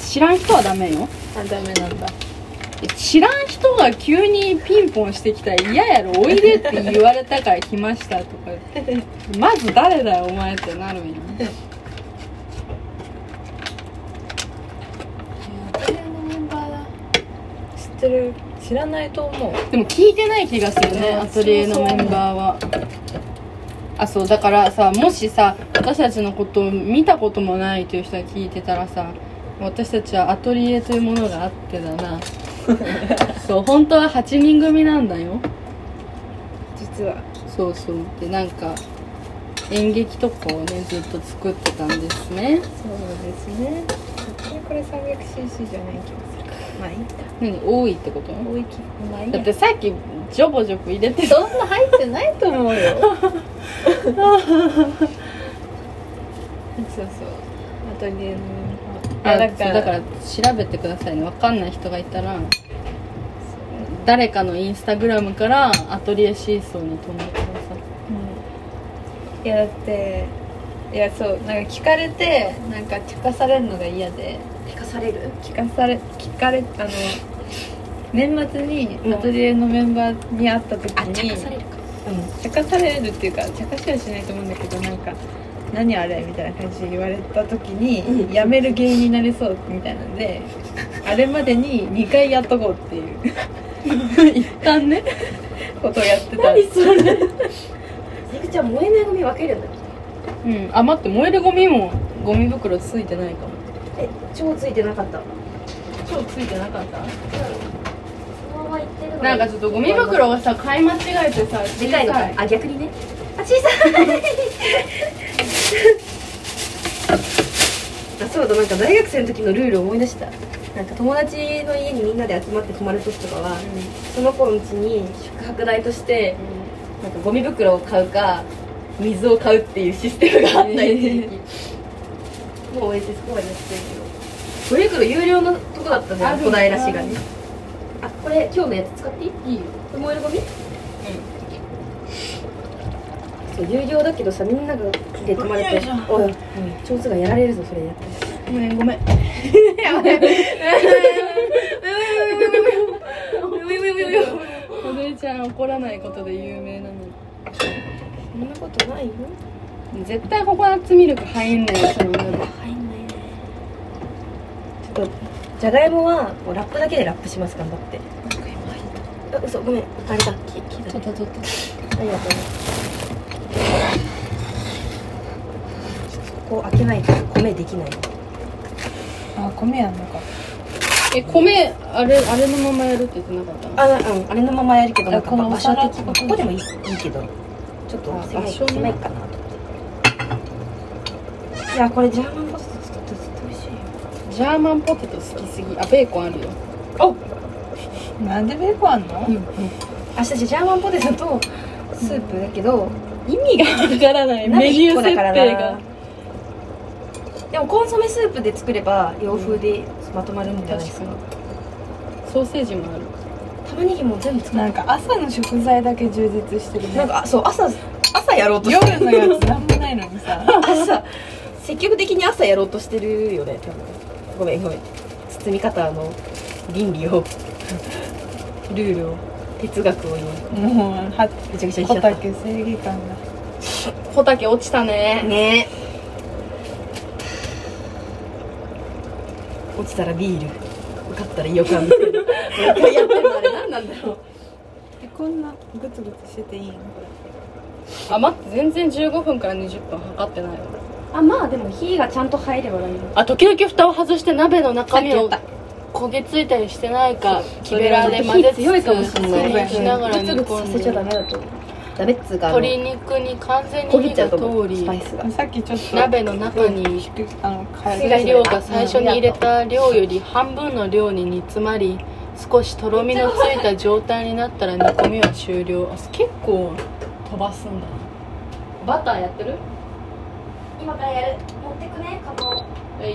Speaker 1: 知らん人はダメよ
Speaker 3: あダメなんだ
Speaker 1: 知らん人が急にピンポンしてきたら嫌やろおいでって言われたから来ましたと か言ってまず誰だよお前ってなるんよ
Speaker 3: アトリエのメンバーだ知ってる知らないと思う
Speaker 1: でも聞いてない気がするねアトリエのメンバーはあそうだからさもしさ私たちのことを見たこともないという人が聞いてたらさ私たちはアトリエというものがあってだなそう本当は8人組なんだよ
Speaker 3: 実は
Speaker 1: そうそうでなんか演劇とかをねずっと作ってたんですね
Speaker 3: そうですねこれ 300cc じゃない気がするまあいい
Speaker 1: 何多いってこと
Speaker 3: 多い気まあいい
Speaker 1: だ
Speaker 3: や
Speaker 1: ってさっきジョボジョボ入れてた
Speaker 3: そんな入ってないと思うよそうそうアトリエの
Speaker 1: あ
Speaker 3: あ
Speaker 1: だ
Speaker 3: だ
Speaker 1: か
Speaker 3: からら
Speaker 1: だから調べてくださいね分かんない人がいたら誰かのインスタグラムからアトリエシーソーに飛んでくださ
Speaker 3: いやだっていやそうなんか聞かれてなんか聞かされるのが嫌で
Speaker 2: 聞かされる
Speaker 3: 聞かされ聞かれあの年末にアトリエのメンバーに会った時に、
Speaker 2: るか
Speaker 3: 茶化されるっていうか茶化しはしないと思うんだけどなんか「何あれ?」みたいな感じで言われた時に辞める原因になりそうみたいなんであれまでに2回やっとこうっていう
Speaker 1: い 一旦ね
Speaker 3: ことをやってた
Speaker 2: それしずくちゃん燃えないゴミ分けるんだっ
Speaker 1: うんあ待って燃えるゴミもゴミ袋ついてないかも
Speaker 2: けえ超ついてなかった
Speaker 1: 今日ついてなかった
Speaker 2: そのまま行ってるの
Speaker 1: なんかちょっとゴミ袋をさ買い間違えてさ
Speaker 2: でかいの
Speaker 1: 小
Speaker 2: か
Speaker 1: さ
Speaker 2: あ逆にねあ小さい あそうだなんか大学生の時のルール思い出したなんか友達の家にみんなで集まって泊まる時とかは、その子の家に宿泊代として、なんかゴミ袋を買うか水を買うっていうシステムがあったり、もう終えてそこまでやってるけどゴミ袋有料のとこだったじゃん小平市がねあこれ今日のやつ使っていいいいよ燃えるゴミそう有料だけどさみんながで泊まれておい上手がやられるぞそれやって
Speaker 1: 鳥ちゃん怒らないことで有名なの
Speaker 2: そんなことないよ
Speaker 1: 絶対ココナッツミルク入んないよその中で
Speaker 2: 入んないねちょっとじゃがいもはもうラップだけでラップします頑張ってあ嘘ごめんあれだききだ
Speaker 1: ちょっとちょっと
Speaker 2: ありがとうここ開けないと米できない
Speaker 3: あ米やんのか
Speaker 1: え米あれあれのままやるって言ってなかった
Speaker 2: あうんあれのままやるけどなんか
Speaker 3: この
Speaker 2: 場所
Speaker 3: お皿
Speaker 2: 的にここでもいいいいけどちょっと
Speaker 1: あ
Speaker 2: 狭い
Speaker 1: 場所ね
Speaker 2: 狭いかなと思っていやこれジャーマンポスト作ったら絶対美味しいよ
Speaker 1: ジャーマンポテト好きすぎあベーコンあるよ
Speaker 3: なんでベーコンあんの
Speaker 2: 明日ジャーマンポテトとスープだけど、
Speaker 1: 意味がわからない
Speaker 2: 鍋
Speaker 1: メニュ
Speaker 2: 一
Speaker 1: ー
Speaker 2: 個
Speaker 1: 設
Speaker 2: だからな
Speaker 1: 定が
Speaker 2: でもコンソメスープで作れば洋風でまとまるんじゃないですか、
Speaker 1: ソーセージもある
Speaker 2: 玉ねぎも全部使う
Speaker 3: なんか朝の食材だけ充実してる
Speaker 2: なんかあそう朝朝やろうとして
Speaker 3: 夜のやつなんもないないのにさ
Speaker 7: 朝積極的に朝やろうとしてるよね多分ごめんごめん包み方の倫理を ルールを哲学を今
Speaker 3: もうは
Speaker 7: ぐちゃぐちゃにしちゃ
Speaker 4: 小
Speaker 7: った
Speaker 4: 竹正義感が
Speaker 1: 小竹落ちたね
Speaker 7: ね落ちたらビール受かったら予感みたいな毎回やってるのあれ何なんだろう
Speaker 4: えこんなグツグツしてていいの
Speaker 1: あ待って全然15分から20分測ってないわ
Speaker 2: あまあでも火がちゃんと入れば大丈夫
Speaker 1: あ時々蓋を外して鍋の中身を
Speaker 2: さっ
Speaker 1: 焦げついたりしてないか木べらで混ぜつつ
Speaker 2: 火強いかもしれな
Speaker 1: 工
Speaker 2: い
Speaker 1: 夫しながら煮
Speaker 2: グツグツさ
Speaker 1: 込ん
Speaker 2: せちゃダ
Speaker 1: で
Speaker 2: メだとダメっつうかあの
Speaker 1: 鶏肉に完全
Speaker 2: 焦
Speaker 1: に
Speaker 2: げ
Speaker 1: 火
Speaker 2: ちゃ
Speaker 1: が
Speaker 2: うと思
Speaker 1: 通
Speaker 2: うス
Speaker 1: り
Speaker 2: パイスが
Speaker 4: さっきちょっと
Speaker 1: 鍋の中に
Speaker 4: 低くあの変え
Speaker 2: が
Speaker 1: 量が最初に入れた量より半分の量に煮詰まり少しとろみのついた状態になったら煮込みは終了あ結構飛ばすんだなバターやってる
Speaker 2: 今からやる持ってくねカバン
Speaker 1: はい
Speaker 2: あ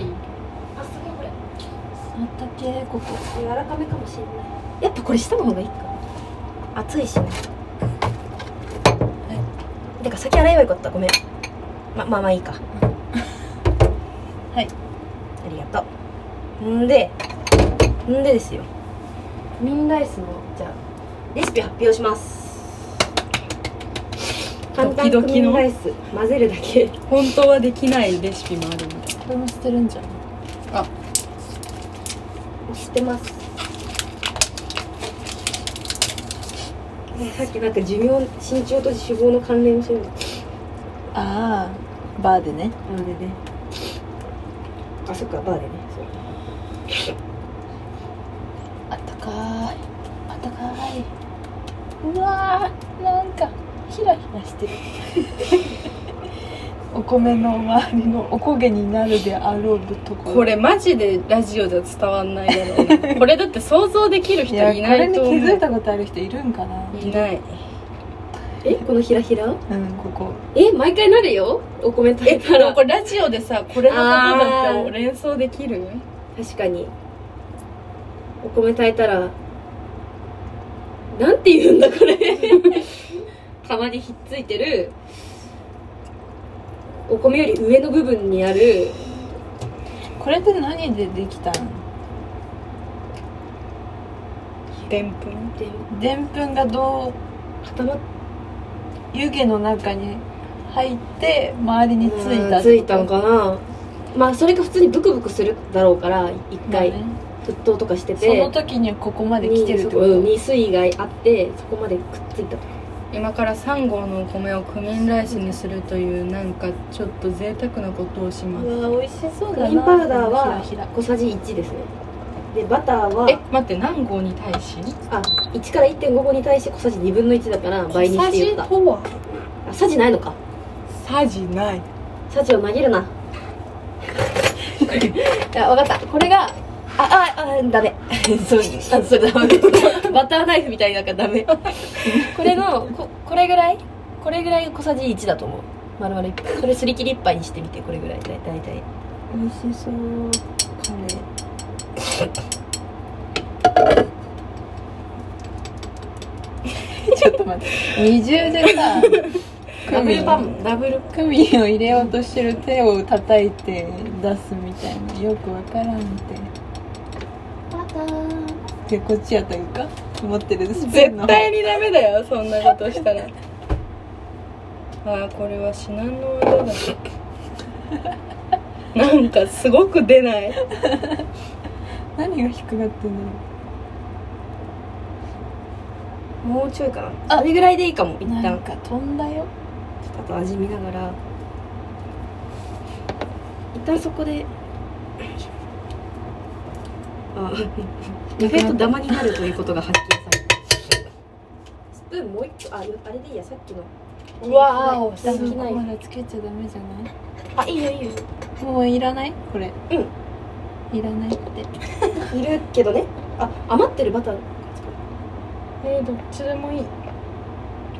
Speaker 2: すごいこれ
Speaker 3: あったけここ
Speaker 2: 柔らかめかもしれないやっぱこれ下の方がいいか熱いしねてか先洗えばよかったごめんままあまあいいかはいありがとうんでんでですよミンライスのじゃあレシピ発表します簡単クミンライス混ぜるだけ
Speaker 1: 本当はできないレシピもあるみたい
Speaker 3: これも捨てるんじゃん
Speaker 2: 知ってますさっきなんか寿命身長と脂肪の関連をしてるの
Speaker 3: ああバーでね
Speaker 2: あれねあそっかバーでねそう
Speaker 1: あったかーいあったかーいうわーなんかひらひらしてる
Speaker 4: お米の周りのおこげになるであろうところ
Speaker 1: これマジでラジオじゃ伝わんないだろうなこれだって想像できる人
Speaker 4: いや
Speaker 1: いないと
Speaker 4: これ
Speaker 1: 思う
Speaker 4: に気づいたことある人いるんかない
Speaker 1: ない
Speaker 2: えこのひらひら
Speaker 4: うんここ
Speaker 2: え毎回なるよお米炊
Speaker 1: え
Speaker 2: いたら
Speaker 1: これラジオでさこれのことだ
Speaker 2: あ
Speaker 1: っ
Speaker 2: ー
Speaker 1: て連想できる
Speaker 2: 確かにお米炊いたらなんて言うんだこれ 釜にひっついてるお米より上の部分にある
Speaker 3: これって何でできたん
Speaker 1: でんぷん
Speaker 2: で
Speaker 3: でんぷんがど
Speaker 2: 固まっ
Speaker 3: う湯気の中に入って周りについた
Speaker 2: ついたのかなまあそれが普通にブクブクするだろうから一回
Speaker 3: まあね
Speaker 2: 沸騰とかして
Speaker 3: その
Speaker 2: て、
Speaker 3: 時にここまで来
Speaker 2: に
Speaker 3: てるってこ
Speaker 2: そううん
Speaker 3: と
Speaker 2: に水があってそこまでくっついたと
Speaker 1: 今から3合のお米をクミンライスにするというなんかちょっと贅沢なことをします
Speaker 3: うわ美味しそう
Speaker 2: ク
Speaker 3: だな
Speaker 2: ミンパウダー
Speaker 3: ひら
Speaker 2: は
Speaker 3: ひ
Speaker 2: 小さじ1ですねでバターは
Speaker 1: え待って何合に対し
Speaker 2: あ1から1.5個に対して小さじ1分の1だから倍にして言った
Speaker 1: とは
Speaker 2: あさじないのか
Speaker 1: さじない
Speaker 2: さじを投げるな いや分かったこれがあああダメ そうあそれダメバターナイフみたいなのがダメ これのここれぐらいこれぐらい小さじ1だと思う丸々1杯それすり切り1杯にしてみてこれぐらいだいたい
Speaker 3: ら美味しそうカレーちょっと待って二重でさ
Speaker 2: ダブルパンダブル
Speaker 3: クミンを入れようとしてる手を叩いて出すみたいなよくわからんってでこっちやったらいいか持ってるスプーンの
Speaker 1: 絶対にダメだよそんなことしたらあーこれは至難の技だなんかすごく出ない
Speaker 3: 何が引っかかってんだろ
Speaker 2: もうちょいかなあれぐらいでいいかも一
Speaker 3: うな
Speaker 2: 旦
Speaker 3: んか飛んだよ
Speaker 2: あと味見ながら一旦そこで あ意外とダマになるということが発見されたスプーンもう一個ああれでいいやさっきの
Speaker 1: うわーお
Speaker 2: さっき
Speaker 3: ま
Speaker 2: ない
Speaker 3: だつけちゃダメじゃな
Speaker 2: あ
Speaker 3: い
Speaker 2: いいよいいよ
Speaker 3: もういらないこれ
Speaker 2: うん
Speaker 3: いらないって
Speaker 2: いるけどねあ余ってるバター
Speaker 1: えーどっちでもいい
Speaker 2: あ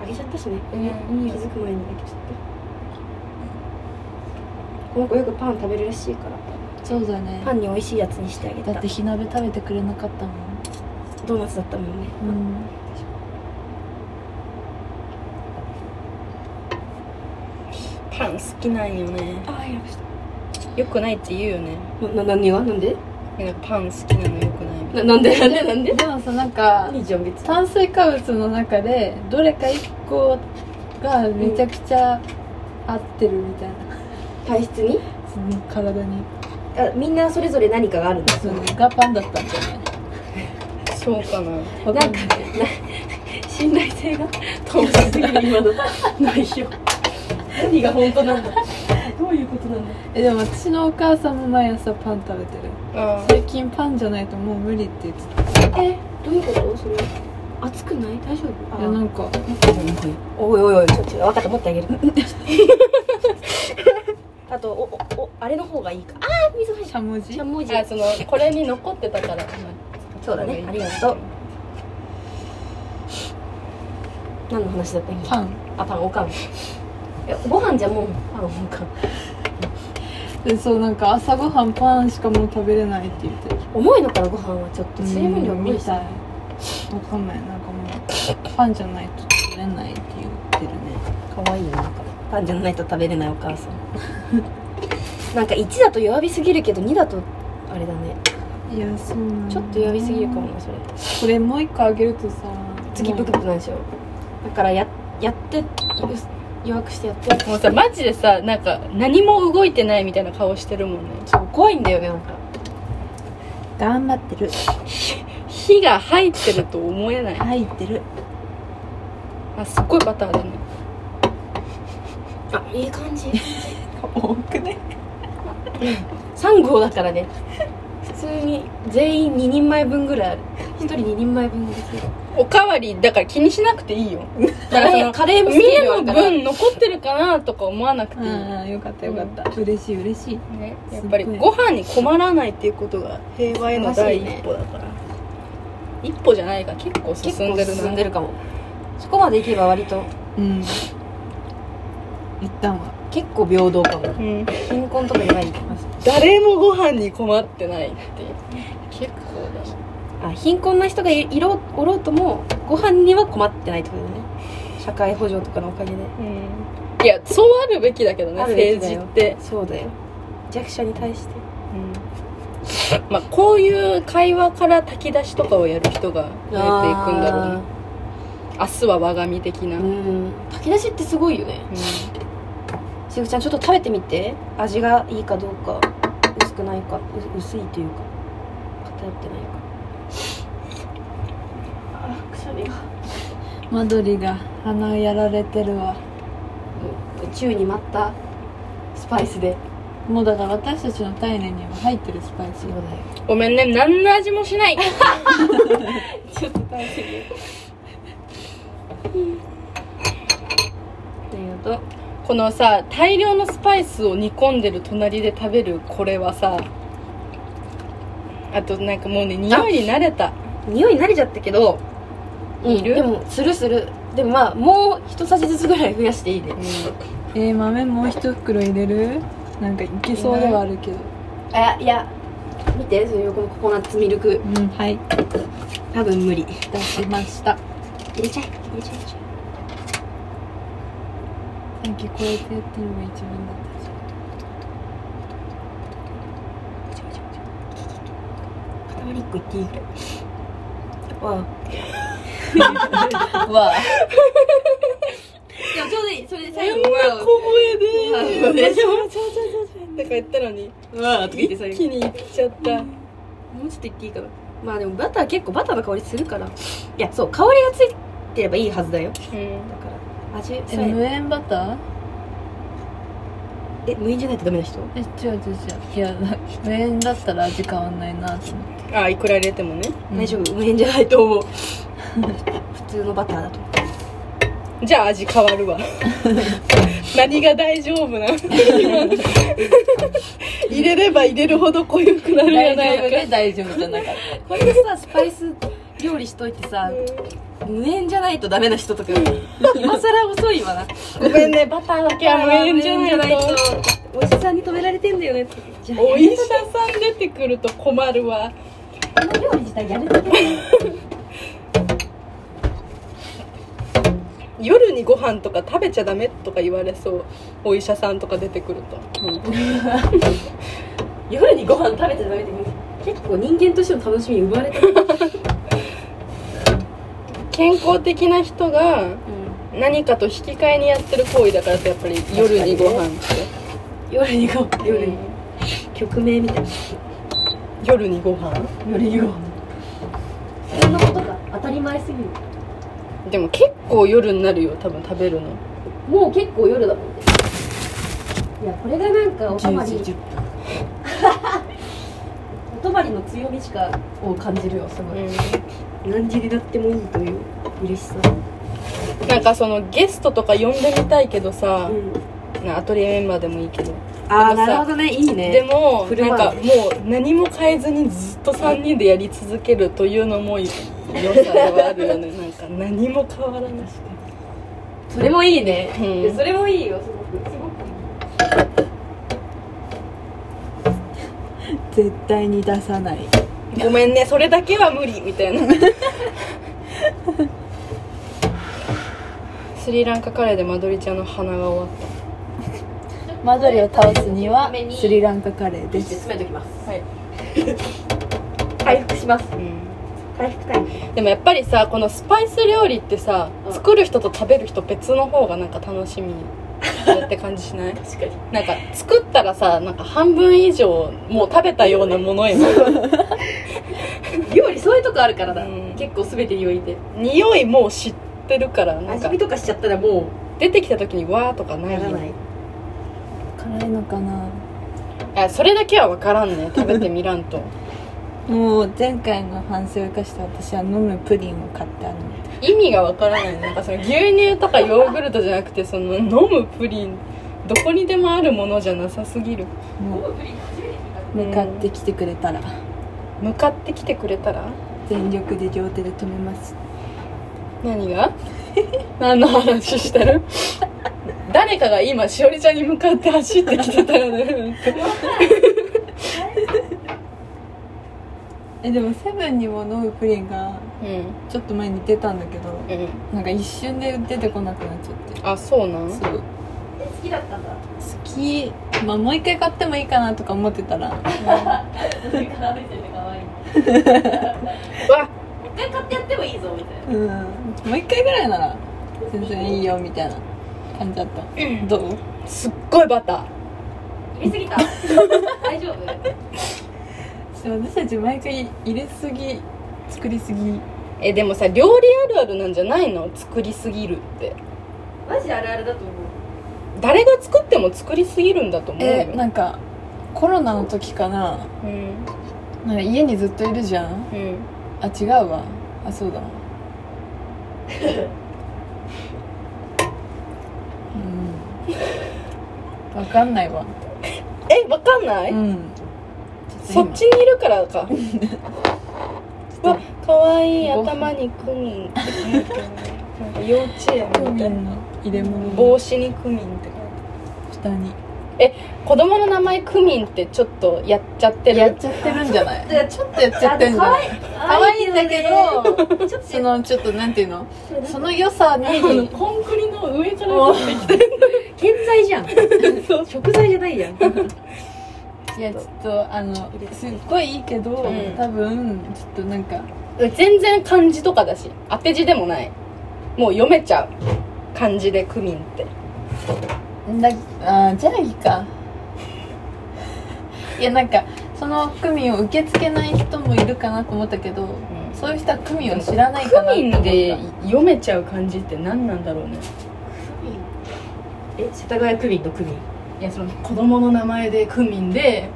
Speaker 2: げちゃったしね、
Speaker 1: うんいい
Speaker 2: 気
Speaker 1: よ
Speaker 2: づく前にあげちゃったこの子よくパン食べるらしいから
Speaker 3: そうだね
Speaker 2: パンに美味しいやつにしてあげ
Speaker 3: だったて火鍋食べてくれなかったもん
Speaker 2: ドーナツだったもんね
Speaker 3: うん
Speaker 1: パパン好きなんよね
Speaker 3: ああやりました
Speaker 1: よくないって言うよね
Speaker 2: な、何がなんで
Speaker 1: いやパン好きなのよくない
Speaker 2: な、なんでなんでなんで
Speaker 3: でもさなんか
Speaker 2: いいじゃん、別に。
Speaker 3: 炭水化物の中でどれか一個がめちゃくちゃ合ってるみたいな、
Speaker 2: 体質に
Speaker 3: その体に
Speaker 2: あ、みんなそれぞれ何かがあるんだ。
Speaker 3: それがパンだったんじゃない
Speaker 1: そうかな
Speaker 3: わかんない
Speaker 2: 信頼性が遠しすぎる今の内容何が本当なんだどういうことなんだ
Speaker 3: えでも私のお母さんも毎朝パン食べてる
Speaker 1: あ
Speaker 3: 最近パンじゃないともう無理って言ってた
Speaker 2: えどういうことそれ熱くない大丈
Speaker 3: いや
Speaker 2: 夫
Speaker 3: なんか
Speaker 2: おいおいおいちょっと分かった持ってあげるあとおおおあれの方がいいかあー水入っ
Speaker 3: しゃもじ
Speaker 2: ちゃ文字
Speaker 1: あそのこれに残ってたから
Speaker 2: そうだねありがとう何の話だったっけ
Speaker 3: パン
Speaker 2: あパンおかんいやご飯じゃもうパンおかん
Speaker 3: でそうなんか朝ごはんパンしかもう食べれないって言って
Speaker 2: 重いのかなご飯はちょっと水分量
Speaker 3: うん
Speaker 2: 重い
Speaker 3: み
Speaker 2: した
Speaker 3: いわかんないなんかもうパンじゃないと食べれないって言ってるね
Speaker 2: 可愛いなパンじゃないと食べれないお母さ んなんか1だと弱火すぎるけど2だとあれだね
Speaker 3: いやそうなんだ
Speaker 2: ちょっと弱火すぎるかもなそれ
Speaker 3: これもう一個あげるとさ
Speaker 2: 次ブクブクなんでしょだからややって弱くしてやって
Speaker 1: もうさマジでさなんか何も動いてないみたいな顔してるもんね
Speaker 2: そう怖いんだよねなんか
Speaker 3: 頑張ってる
Speaker 1: 火が入ってると思えない
Speaker 3: 入ってる
Speaker 1: あすっごいバターだね
Speaker 2: あいい感じ
Speaker 3: 多くね
Speaker 2: 3合だからね普通に全員2人前分ぐらいある1人2人前分ぐらい
Speaker 1: おかわりだから気にしなくていいよ
Speaker 2: カレーカレーも
Speaker 1: みんなの分残ってるかなとか思わなくて
Speaker 3: う
Speaker 1: いい、
Speaker 3: んよかったよかった、嬉しい嬉しい
Speaker 1: ね、やっぱりご飯に困らないっていうことが平和への第一歩だから、一歩じゃないが結構
Speaker 2: 結
Speaker 1: 進ん
Speaker 2: 構
Speaker 1: でるな
Speaker 2: 進んでるかもそこまでいけば割と
Speaker 3: うん一旦は
Speaker 2: 結構平等かも
Speaker 1: うん、
Speaker 2: 貧困とかじゃない
Speaker 1: 誰もご飯に困ってないっていう結構だな
Speaker 2: あ貧困な人がいいろおろうともご飯には困ってないってことだね社会補助とかのおかげで
Speaker 1: うんいやそうあるべきだけどね
Speaker 2: あるべき
Speaker 1: 政
Speaker 2: だ
Speaker 1: 治
Speaker 2: よ
Speaker 1: って、
Speaker 2: そうだよ弱者に対して
Speaker 1: まあ、こういう会話から炊き出しとかをやる人が増えていくんだろうね明日は我が身的な、
Speaker 2: あー
Speaker 1: うん
Speaker 2: うん炊き出しってすごいよねしぐちゃんちょっと食べてみて味がいいかどうか薄くないかう薄いというか偏ってないか
Speaker 3: マドリが鼻やられてるわ
Speaker 2: 宙に舞ったスパイスで
Speaker 3: もうだから私たちの体内には入ってるスパイスが
Speaker 1: ごめんね何の味もしない
Speaker 2: ありがと
Speaker 1: このさ大量のスパイスを煮込んでる隣で食べるこれはさあとなんかもうね匂いに慣れた
Speaker 2: う匂い慣れちゃったけどうん
Speaker 1: いる
Speaker 2: でもするするでもまあもう一さじずつぐらい増やしていいね
Speaker 3: えー、豆もう一袋入れるなんかいけそうではあるけど
Speaker 2: あいや見てその横のココナッツミルク
Speaker 3: うんはい
Speaker 2: 多分無理
Speaker 3: 出しました
Speaker 2: 入れちゃえ入れちゃえ入れちゃ
Speaker 3: さっきこうやってやってるのが一番だったじゃ
Speaker 2: え
Speaker 3: ん
Speaker 2: 塊1個いっていいぐらいわ
Speaker 1: わあ
Speaker 2: あちょうどいいそれで最後
Speaker 1: 小声でとか言ったのに
Speaker 2: わあとか言って最後
Speaker 1: 気に入っちゃった
Speaker 2: もうちょっといっていいかなまあでもバター結構バターの香りするからいやそう香りがついてればいいはずだよだから味
Speaker 3: え
Speaker 2: さえ
Speaker 3: 無塩バター
Speaker 2: え無塩じゃないとダメな人
Speaker 3: え違う違う違ういやな無塩だったら味変わんないなと思って、
Speaker 1: あいくら入れてもね
Speaker 2: 大丈夫無塩じゃないと思う普通のバターだと
Speaker 1: じゃあ味変わ るわ何が大丈夫なの入れれば入れるほど濃ゆくなるじゃ
Speaker 3: 大
Speaker 1: ない
Speaker 3: 丈
Speaker 1: か
Speaker 3: 夫で大丈夫じゃなかっ
Speaker 2: これでさスパイス料理しといてさ無塩じゃないとダメな人とか今更遅いわな
Speaker 1: ごめんねバターだけは無
Speaker 2: 無
Speaker 1: 塩
Speaker 2: 塩
Speaker 1: じ
Speaker 2: じ
Speaker 1: ゃ
Speaker 2: ゃ
Speaker 1: ない
Speaker 2: ない
Speaker 1: と
Speaker 2: とおじさんに止められてんだよねじゃあ
Speaker 1: お医者さん出てくると困るわ
Speaker 2: この料理自体やるだけ
Speaker 1: 夜ににご飯とか食べちゃダメとか言われそうお医者さんとか出てくると、
Speaker 7: 夜にご飯食べて食べて結構人間としての楽しみ生まれた
Speaker 1: 健康的な人が何かと引き換えにやってる行為だからさやっぱり夜にご飯って
Speaker 7: 夜にご飯夜に曲名みたいな
Speaker 1: 夜にご飯
Speaker 7: 夜にご飯普通のことが当たり前すぎる
Speaker 1: でも結構夜になるよ多分食べるの
Speaker 7: もう結構夜だもんねいやこれがなんかお泊まり
Speaker 1: 10時10
Speaker 7: お泊まりの強みしかを感じるよすごい、
Speaker 1: 分
Speaker 7: 何時になってもいいという嬉しさ
Speaker 1: なんかそのゲストとか呼んでみたいけどさ、
Speaker 7: ん
Speaker 1: なアトリエメンバーでもいいけど
Speaker 7: あ
Speaker 1: あなるほ
Speaker 7: どねいい
Speaker 1: でも
Speaker 7: フル
Speaker 1: なん
Speaker 7: マ
Speaker 1: か
Speaker 7: ラ
Speaker 1: もう何も変えずにずっと3人でやり続けるというのも良さではあるよ ねなんか何も変わらなく
Speaker 7: それもいいね、
Speaker 1: うん
Speaker 7: いやそれもいいよすごくすごく
Speaker 4: 絶対に出さない
Speaker 1: てごめんねそれだけは無理みた いなスリランカカレーでマドリちゃんの鼻が終わっ
Speaker 4: マドリを倒すにはスリランカカレーです
Speaker 7: 詰めときます
Speaker 1: はい
Speaker 7: 回復します
Speaker 1: た、うん
Speaker 7: 回復タイム
Speaker 1: でもやっぱりさこのスパイス料理ってさ、作る人と食べる人別の方がなんか楽しみって感じし ない確かになんか作ったらさなんか半分以上もう食べたようなものへの
Speaker 7: 料理そういうとこあるからだ、
Speaker 1: うん
Speaker 7: 結構全てにおいて
Speaker 1: 匂いもう知ってるからなん
Speaker 7: 味
Speaker 1: か
Speaker 7: 見とかしちゃったらも
Speaker 1: 出てきた時にわーとかな
Speaker 7: う
Speaker 1: い
Speaker 7: や
Speaker 1: よ
Speaker 7: らない
Speaker 4: 辛いのかな
Speaker 1: あそれだけは分からん ね食べてみらんと
Speaker 4: もう前回の反省を生かして私は飲むプリンを買ってある
Speaker 1: 意味が分からないなんかその牛乳とかヨーグルトじゃなくてその飲むプリンどこにでもあるものじゃなさすぎる
Speaker 4: もう向かってきてくれたら
Speaker 1: 向かってきてくれたら
Speaker 4: 全力で両手で止めます
Speaker 1: 何が 何の話してる誰かが今しおりちゃんに向かって走ってきてたよね
Speaker 4: えでもセブンにも飲むプリンが
Speaker 1: うん
Speaker 4: ちょっと前に出たんだけど
Speaker 1: うん
Speaker 4: なんか一瞬で出てこなくなっちゃって
Speaker 1: あそうなん
Speaker 4: そう
Speaker 7: 好きだったんだ
Speaker 4: 好き、まあ、もう一回買ってもいいかなとか思ってたら
Speaker 7: それから見てて可 愛いも
Speaker 1: わ
Speaker 7: う一回買ってやってもいいぞみた いな
Speaker 4: うんもう一回ぐらいなら全然いいよみたいな感じだったどう
Speaker 1: すっごいバター
Speaker 7: 入れすぎ た大丈夫
Speaker 4: 私たち毎回入れすぎ作りすぎ
Speaker 1: えでもさ料理あるあるなんじゃないの作りすぎるって
Speaker 7: マジあるあるだと思う
Speaker 1: 誰が作っても作りすぎるんだと思うよ、
Speaker 4: えなんかコロナの時かな
Speaker 1: うん
Speaker 4: なんか家にずっといるじゃん
Speaker 1: うん
Speaker 4: あ違うわあそう だうん わかんないわ
Speaker 1: えわかんない、
Speaker 4: うん
Speaker 1: そっちにいるからか わかわいい
Speaker 4: ご飯
Speaker 1: 頭にクミンって書いてあるなんか幼稚園
Speaker 4: ク
Speaker 1: み
Speaker 4: ミ
Speaker 1: たい
Speaker 4: ン
Speaker 1: な
Speaker 4: の入れ物
Speaker 1: 帽子にクミンって書いてあ
Speaker 4: 下に
Speaker 1: る子供の名前クミンってちょっとやっちゃってる
Speaker 4: やっちゃってるんじゃないちょっとやっちゃってるんじゃない可
Speaker 7: 可
Speaker 4: 愛いんだけどそのちょっとなんていうのその良さに
Speaker 1: コンクリの上か
Speaker 4: もう
Speaker 7: 健在じゃん食材じゃないやん
Speaker 4: いやちょっとあのすっごいいいけど、
Speaker 1: ん
Speaker 4: 多分ちょっとなんか
Speaker 1: 全然漢字とかだし当て字でもないもう読めちゃう漢字でクミンって
Speaker 4: だあーじゃあいいかいやなんかそのクミンを受け付けない人もいるかなと思ったけど、そういう人はクミンを知らないか
Speaker 1: ク
Speaker 4: なと
Speaker 1: ミ
Speaker 4: 思った
Speaker 1: ンで読めちゃう漢字って何なんだろうね
Speaker 7: え世田谷区民の区民
Speaker 1: いやその子供の名前でクミンで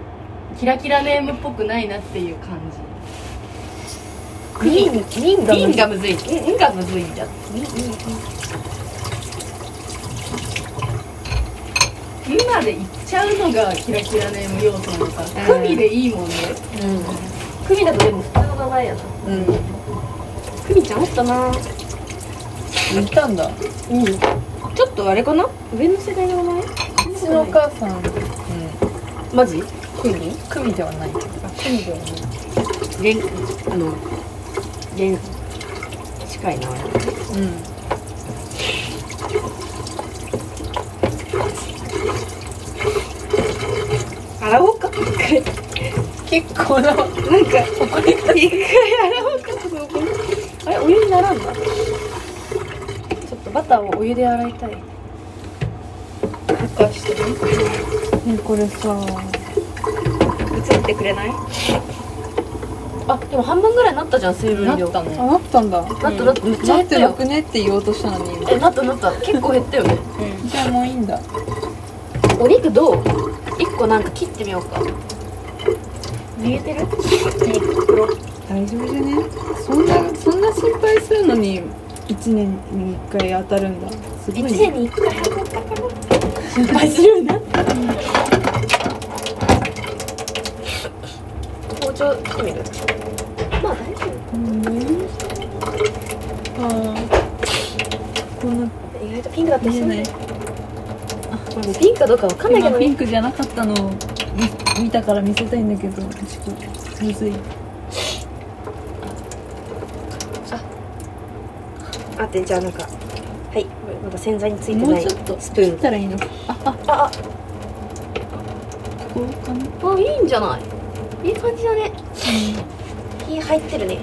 Speaker 1: キラキラネームっぽくないなっていう感じ
Speaker 7: 区民民が民がむずい民がむずいんだ
Speaker 1: 今で言っちゃうのがキラキラネーム要素なのかクミでいいもんね
Speaker 7: 区民だとでも普通の名前やなうん区民ちゃんおったな
Speaker 4: うんいたんだう
Speaker 7: ちょっとあれかな上の世代の名前
Speaker 4: ちのお母さん、うん、
Speaker 7: マジ
Speaker 4: クミではない
Speaker 7: 連あの連近いな
Speaker 4: う
Speaker 2: 洗おうか
Speaker 1: 結構な
Speaker 2: なんか、ここに一回洗おうかと思って。
Speaker 1: あれお湯にならんなちょっとバターをお湯で洗いたい
Speaker 2: ふかしてね。
Speaker 1: ねこれさ
Speaker 2: 映ってくれない
Speaker 11: あでも半分ぐらいなったじゃん水分
Speaker 12: な
Speaker 11: 量
Speaker 12: ったね
Speaker 1: あなったんだ
Speaker 11: なったなっためっちゃ
Speaker 1: な
Speaker 11: 減
Speaker 1: っ
Speaker 11: った
Speaker 1: てな
Speaker 11: よ
Speaker 1: くねって言おうとしたのに今
Speaker 11: えなったなった結構減ったよね
Speaker 1: じゃあもういいんだ
Speaker 11: お肉どう一個なんか切ってみようか見えてる
Speaker 1: 大丈夫じゃねそんなそんな心配するのに一年に一回当たるんだすごい、
Speaker 11: 一
Speaker 1: ね、
Speaker 11: 年に一回
Speaker 1: 心配するな
Speaker 11: 包丁切ってみるまあ大丈
Speaker 1: あーこんな
Speaker 11: 夫意外とピンクだったり
Speaker 1: 見
Speaker 11: す
Speaker 1: え
Speaker 11: る
Speaker 1: ない
Speaker 11: ねこれもうピンクかどうかわかんないけ
Speaker 1: 今
Speaker 11: ど
Speaker 1: ピ
Speaker 11: ね
Speaker 1: ンクじゃなかったのを見見たから見せたいんだけどちょっとむずい
Speaker 11: あでじゃあなんかはいこれまだ洗剤について
Speaker 1: も
Speaker 11: な
Speaker 1: う
Speaker 11: い
Speaker 1: ちょっと
Speaker 11: スプー
Speaker 1: 見たらいいのか
Speaker 11: ンあ
Speaker 1: ここかな
Speaker 11: ああいいんじゃないいい感じ だね火入ってるね
Speaker 1: こ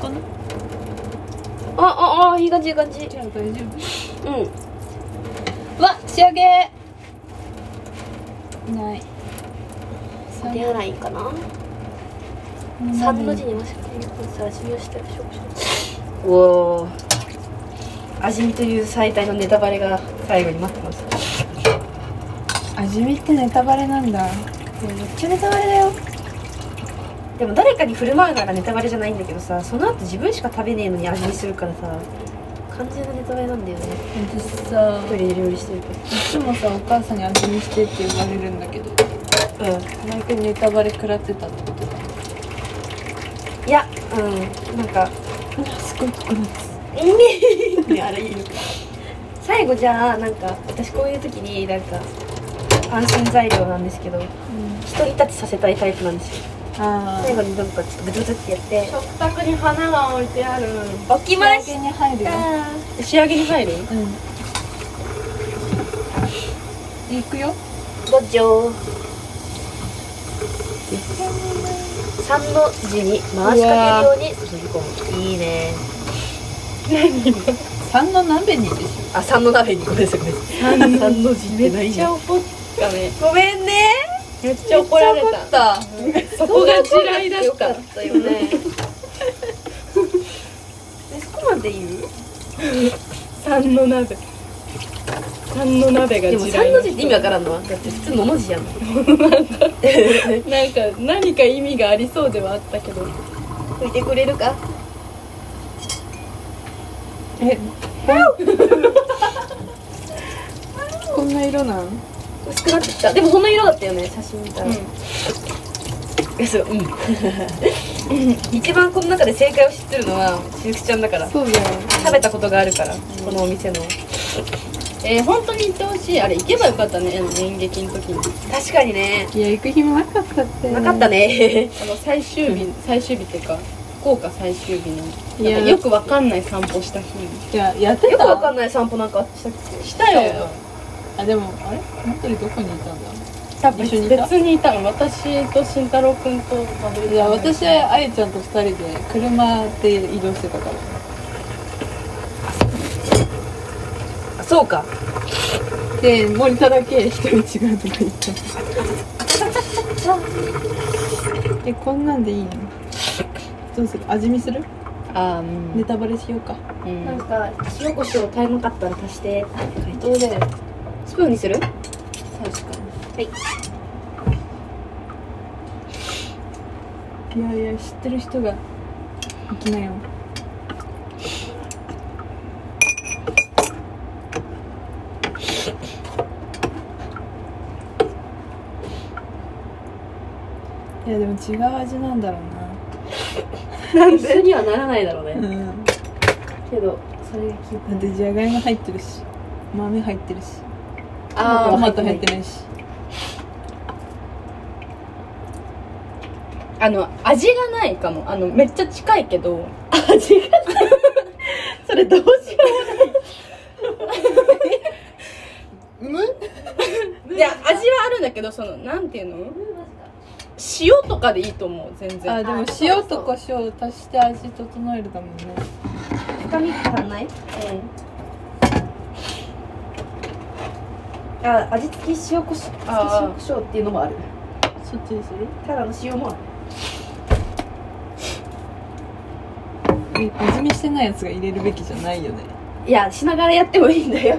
Speaker 1: こかな
Speaker 11: あああいい感じいい感じ
Speaker 1: じゃあ大丈
Speaker 11: うん
Speaker 1: 夫わ仕上げいない
Speaker 11: 手洗いかな三の字にもしっかりさらしみをしてしょ
Speaker 2: うおー。味見という最大のネタバレが最後に待ってます。
Speaker 1: 味見ってネタバレなんだ
Speaker 2: めっちゃネタバレだよでも誰かに振る舞うならネタバレじゃないんだけどさその後自分しか食べねえのに味見するからさ完全なネタバレなんだよね
Speaker 1: 私さ
Speaker 2: 一人で料理してると
Speaker 1: いつもさお母さんに味見してって言われるんだけど
Speaker 2: う
Speaker 1: 毎回ネタバレ食らってたってこと
Speaker 2: んいやうんなんか
Speaker 1: すごいここ
Speaker 2: ねあれいいの最後じゃあなんか私こういう時になんか安心材料なんですけど独り立ちさせたいタイプなんですよ
Speaker 1: あ
Speaker 2: 最後にどこかちょっとブツブツってやって
Speaker 12: 食卓に花が置いてある
Speaker 2: 起き
Speaker 1: あ仕上げに入るよ
Speaker 2: 仕上げに入る
Speaker 1: うんいくよ
Speaker 11: どっちよ三の字に回しかけるように注ぎ込むいいね
Speaker 1: 三の鍋にでし
Speaker 2: あ三の鍋にごめんなさいごめんなさい三の字ってないんだ
Speaker 12: 怒ったね
Speaker 2: ごめんね
Speaker 12: めっちゃ怒られた
Speaker 11: さ
Speaker 12: そこが地雷だ
Speaker 11: よ
Speaker 12: っ
Speaker 11: か
Speaker 12: た
Speaker 11: ったよね
Speaker 2: えそこまで言う
Speaker 12: 三の鍋三の鍋が
Speaker 2: で
Speaker 12: 地
Speaker 2: も
Speaker 12: 雷
Speaker 2: 三の字って意味わからんのだって普通のの字やん
Speaker 12: なんか何か意味がありそうではあったけど
Speaker 2: 拭いてくれるか
Speaker 1: ょこんな色なん
Speaker 11: 薄くなってきたでもこんな色だったよね写真見たら、
Speaker 12: うん
Speaker 2: えそううん 一番この中で正解を知ってるのはしずくちゃんだから
Speaker 1: そうだよ
Speaker 2: 食べたことがあるからこのお店の
Speaker 12: えー、本当に行ってほしいあれ行けばよかったねあの演劇の時に
Speaker 2: 確かにね
Speaker 1: いや行く暇なかったって
Speaker 2: なかったね
Speaker 12: あの最終日、最終日っていうか福岡最終日の
Speaker 1: い
Speaker 12: な
Speaker 1: や
Speaker 12: んかよくわかんない散歩した日
Speaker 1: いややって
Speaker 2: よくわか
Speaker 1: た
Speaker 2: んない散歩なんかしたっ
Speaker 12: したよ
Speaker 1: あでもあれ本当にどこにいたんだ
Speaker 12: 多分
Speaker 1: 一緒にいた
Speaker 12: 別にいたの私と慎太郎君とまぶ
Speaker 1: いや私はあゆちゃんと二人で車で移動してたから
Speaker 2: けあそうか
Speaker 1: で森田だけ一人違うとこ行ったえこんなんでいいのどうする味見する
Speaker 12: あうん、
Speaker 1: ネタバレしようか
Speaker 12: うん
Speaker 11: なんか塩コショウ足りなかったら足して
Speaker 1: どうだよ
Speaker 11: スプーンにする
Speaker 1: 確か
Speaker 11: はい
Speaker 1: にいやいや知ってる人が行きなよいやでも違う味なんだろ
Speaker 11: 一緒にはならないだろう
Speaker 1: う
Speaker 11: ね
Speaker 1: なうん
Speaker 11: けどそれが効い
Speaker 1: だってじゃがいも入ってるし豆入ってるし
Speaker 11: あ
Speaker 1: トマト入ってないし
Speaker 12: あの味がないかもあのめっちゃ近いけど
Speaker 2: それどうしよう
Speaker 12: むむ
Speaker 1: いや味はあるんだけどそのなんていうの塩とかでいいと思う全然
Speaker 4: あでも塩と胡椒を足して味整えるだもんね
Speaker 2: 深み足らない
Speaker 7: あ味付け塩コショウ
Speaker 1: あー
Speaker 7: 塩コショウっていうのもある
Speaker 4: そっちにする
Speaker 7: ただの塩もある
Speaker 4: え味見してないやつが入れるべきじゃないよね
Speaker 7: いやしながらやってもいいんだよ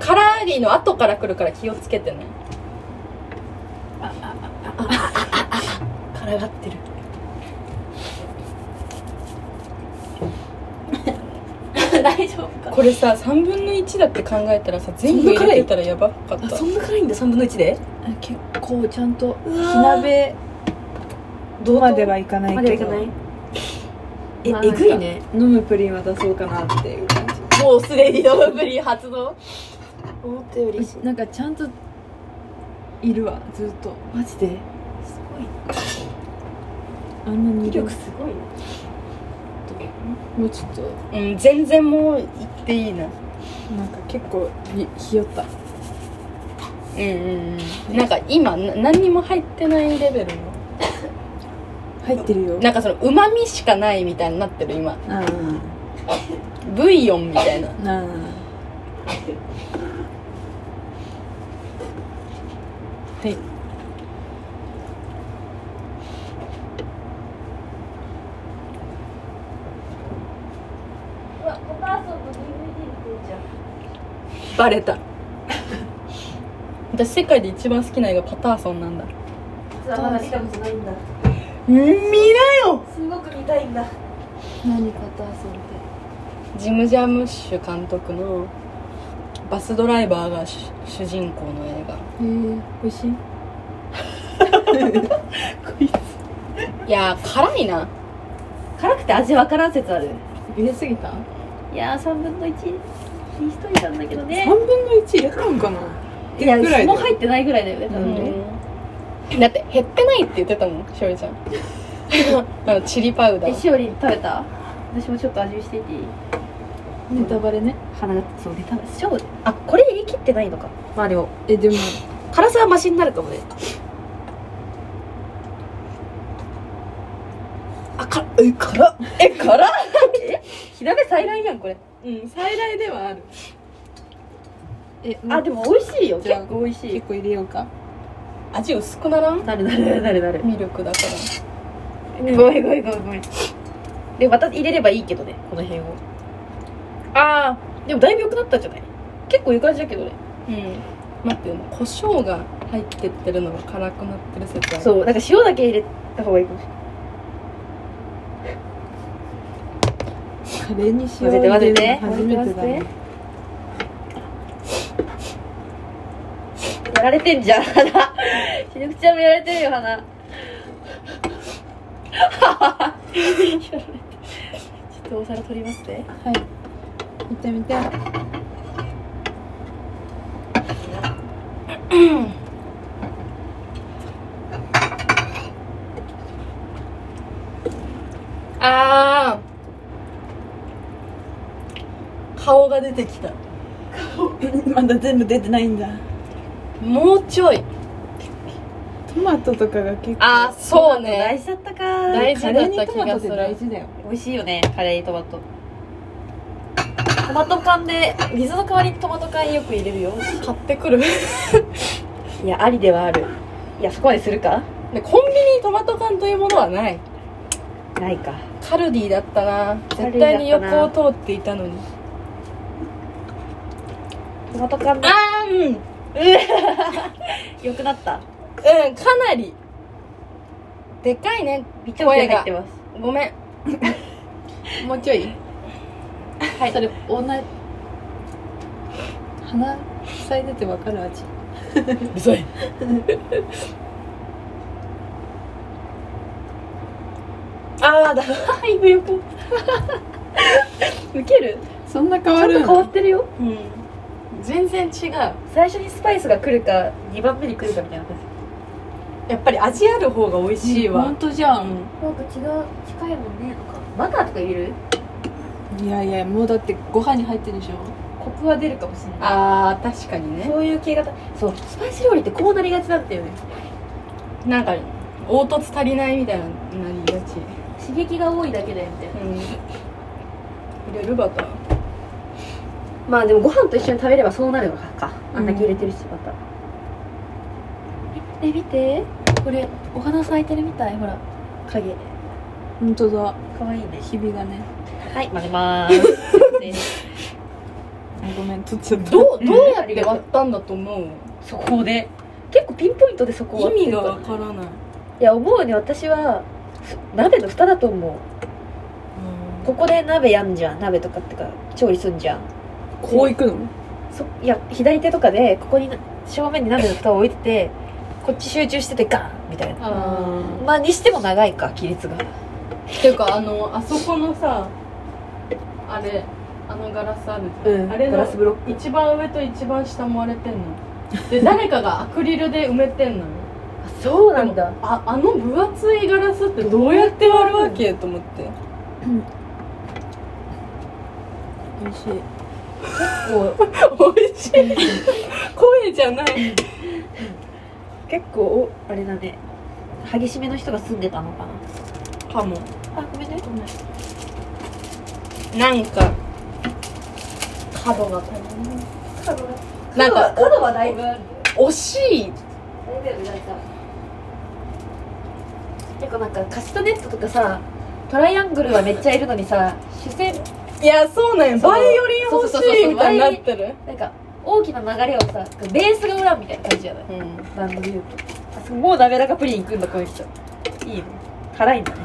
Speaker 1: 辛いの後から来るから気をつけてね辛がってる
Speaker 7: 大丈夫か
Speaker 1: これさ3分の1だって考えたらさ全部入れてたらやばかった
Speaker 7: あそんな辛いんだ3分の1で
Speaker 4: あ結構ちゃんと火鍋
Speaker 7: どう
Speaker 4: まではいかない
Speaker 7: までは
Speaker 4: け
Speaker 7: いか
Speaker 4: ど
Speaker 7: ないえ
Speaker 2: まあ
Speaker 7: えぐいね
Speaker 4: 飲むプリンは出そうかなっていう感じ
Speaker 1: もうすでにノーブリー発動
Speaker 7: 思ったよりし
Speaker 4: なんかちゃんといるわずっと
Speaker 7: マジです
Speaker 4: あんなに
Speaker 7: 威
Speaker 4: いる
Speaker 7: 力すごいね
Speaker 4: もうちょっと
Speaker 1: うん全然もう行っていいな
Speaker 4: なんか結構ひひよった
Speaker 1: うんうんうんなんか今な何にも入ってないレベルの
Speaker 4: 入ってるよ
Speaker 1: なんかそのうまみしかないみたいになってる今
Speaker 4: ああ
Speaker 1: ブイヨンみたいな
Speaker 4: なあはい
Speaker 1: バレた私世界で一番好きな映画パターソンなんだ
Speaker 2: 実はまだ見たことないんだ
Speaker 1: 見なよ
Speaker 2: すごく見たいんだ
Speaker 4: 何かと遊んで
Speaker 1: ジム・ジャムッシュ監督のバスドライバーが主主人公の映画
Speaker 4: えー、美味しい
Speaker 1: いやー辛いな
Speaker 2: 辛くて味わからん説ある
Speaker 4: 入れすぎた
Speaker 2: いやー3分の1にしといたんだけどね
Speaker 4: 3分の1入れたんかない
Speaker 2: や
Speaker 4: ぐらいだよ
Speaker 2: もう入ってないぐらいだよね多分ね、
Speaker 1: だって減ってないって言ってたもんしおりちゃん あのチリパウダ
Speaker 2: え
Speaker 1: ー
Speaker 2: しおりん食べた私もちょっと味見していていい
Speaker 4: ネタバレね
Speaker 2: 鼻がそうね多分しょうあこれ言い切ってないのかまあでも
Speaker 4: えでも
Speaker 2: 辛さはマシになるかもね
Speaker 1: あかえ辛っえ辛っ
Speaker 2: 火鍋再来やんこれ
Speaker 4: うん最大ではあるえ
Speaker 2: あでも美味しいよ
Speaker 4: じゃあ
Speaker 2: 結構美味しい
Speaker 4: 結構入れようか
Speaker 1: 味薄くならん
Speaker 2: なるなるなるなる
Speaker 1: ミルクだか
Speaker 2: ごめんごめんごめんごめんでまた入れればいいけどねこの辺をああでもだいぶ良くなったんじゃない結構いい感じだけどね
Speaker 1: らうん待って胡椒が入ってってるのが辛くなってる説ある
Speaker 2: そうなんか塩だけ入れた方がいいかもしれ
Speaker 4: カ
Speaker 2: ない
Speaker 4: レーにしよう
Speaker 2: 混ぜて混ぜて
Speaker 4: 初めてだね
Speaker 2: やられてんじゃん鼻しずくちゃんもやられてるよ鼻
Speaker 7: ちょっとお皿取りますね
Speaker 4: はい見てみて
Speaker 1: あー顔が出てきた
Speaker 4: まだ全部出てないんだ
Speaker 1: もうちょい
Speaker 4: トマトとかが結構
Speaker 1: あーそう
Speaker 2: 大
Speaker 1: ね
Speaker 2: 事だったか
Speaker 1: 大事
Speaker 4: カ
Speaker 1: だ
Speaker 4: レー
Speaker 1: っ
Speaker 4: に
Speaker 1: た
Speaker 4: ト
Speaker 1: 気
Speaker 4: マト
Speaker 1: が
Speaker 4: っ
Speaker 1: す
Speaker 4: て
Speaker 1: る
Speaker 4: 大事だよ
Speaker 2: 美味しいよねカレートマト
Speaker 7: トマト缶で水の代わりにトマト缶よく入れるよ
Speaker 1: 買ってくる
Speaker 2: いやありではあるいやそこまでするか
Speaker 1: でコンビニにトマト缶というものはない
Speaker 2: ないか
Speaker 1: カルディだったな
Speaker 2: カル
Speaker 1: 絶
Speaker 2: ディだったな
Speaker 1: 対に横を通っていたのに
Speaker 2: トマト缶で
Speaker 1: あーうん
Speaker 2: 良くなった
Speaker 1: うんかなりでかいね
Speaker 2: びっちゃびちゃ入ってます
Speaker 1: ごめん
Speaker 4: もうちょいはいそれ同じ鼻塞いでてわかる味
Speaker 1: うざいああだ
Speaker 2: だいぶ良くなったウケる
Speaker 4: そんな変
Speaker 2: ち
Speaker 4: わ
Speaker 2: ゃん
Speaker 4: る
Speaker 2: と変わってるよ
Speaker 1: うん全然違うや
Speaker 2: 最初にスパイスが来るか2番目に来るかみたいな感
Speaker 1: っぱり味ある方が美味しいわ、
Speaker 4: 本当じゃん、
Speaker 2: じなんか違う近いもんねなんかバターとか入れる
Speaker 4: 入いやいやもうだってご飯に入ってるでしょ
Speaker 7: コクは出るかもしれない
Speaker 1: あー確かにね
Speaker 7: そういう系型そうスパイス料理ってこうなりがちなんだよねなんか
Speaker 1: 凹凸足りないみたいなのになりがち
Speaker 7: 刺激が多いだけだよみたいな
Speaker 1: うん入れるバター
Speaker 7: まあでもご飯と一緒に食べればそうなるのかあんだけ入れてるしまた、え見てこれお花咲いてるみたいほら影
Speaker 4: 本当だ
Speaker 7: かわいいね
Speaker 4: 日々がね
Speaker 7: はい混ぜまーす
Speaker 4: あごめん取っちゃった
Speaker 1: どうどうやって割ったんだと思う
Speaker 7: そこで結構ピンポイントでそこ
Speaker 1: 意
Speaker 7: 割って
Speaker 1: 味
Speaker 7: る
Speaker 1: が
Speaker 7: から
Speaker 1: わからない
Speaker 7: いや思うね私はふ鍋の蓋だと思うここで鍋やんじゃん鍋とかってか調理すんじゃん
Speaker 4: こういくの
Speaker 7: そいや左手とかでここに正面に鍋の蓋を置いててこっち集中しててガンみたいな
Speaker 1: あ
Speaker 7: まあにしても長いか亀裂が
Speaker 1: ーていうかあのあそこのさあれあのガラスあるじゃん、
Speaker 7: うん
Speaker 1: あれ
Speaker 7: ガ
Speaker 1: の
Speaker 7: ラスブロッ
Speaker 1: 一番上と一番下も割れてんので誰かがアクリルで埋めてんのよ
Speaker 7: そう
Speaker 1: でもああの分厚いガラスってどうやって割るわけと思って
Speaker 4: 美味しい
Speaker 1: 美味しい声じゃない
Speaker 7: 結構おあれだね激しめの人が住んでたのかな
Speaker 1: かも
Speaker 7: あごめんね
Speaker 1: なんか角が足りないなんか
Speaker 7: 角はだいぶある
Speaker 1: 惜しい
Speaker 7: だいぶあるなんか結構なんかカスタネットとかさトライアングルはめっちゃいるのにさ主戦
Speaker 1: いやそうなんよ
Speaker 7: そう
Speaker 1: バイオリン欲し
Speaker 7: そうそうそうそ
Speaker 1: いうみたいになってる
Speaker 7: なんか大きな流れをさベースがおらんみたいな感じじゃないバンドで言うとあそこもう滑らかプリン行くんだこういう人いいね辛いんだね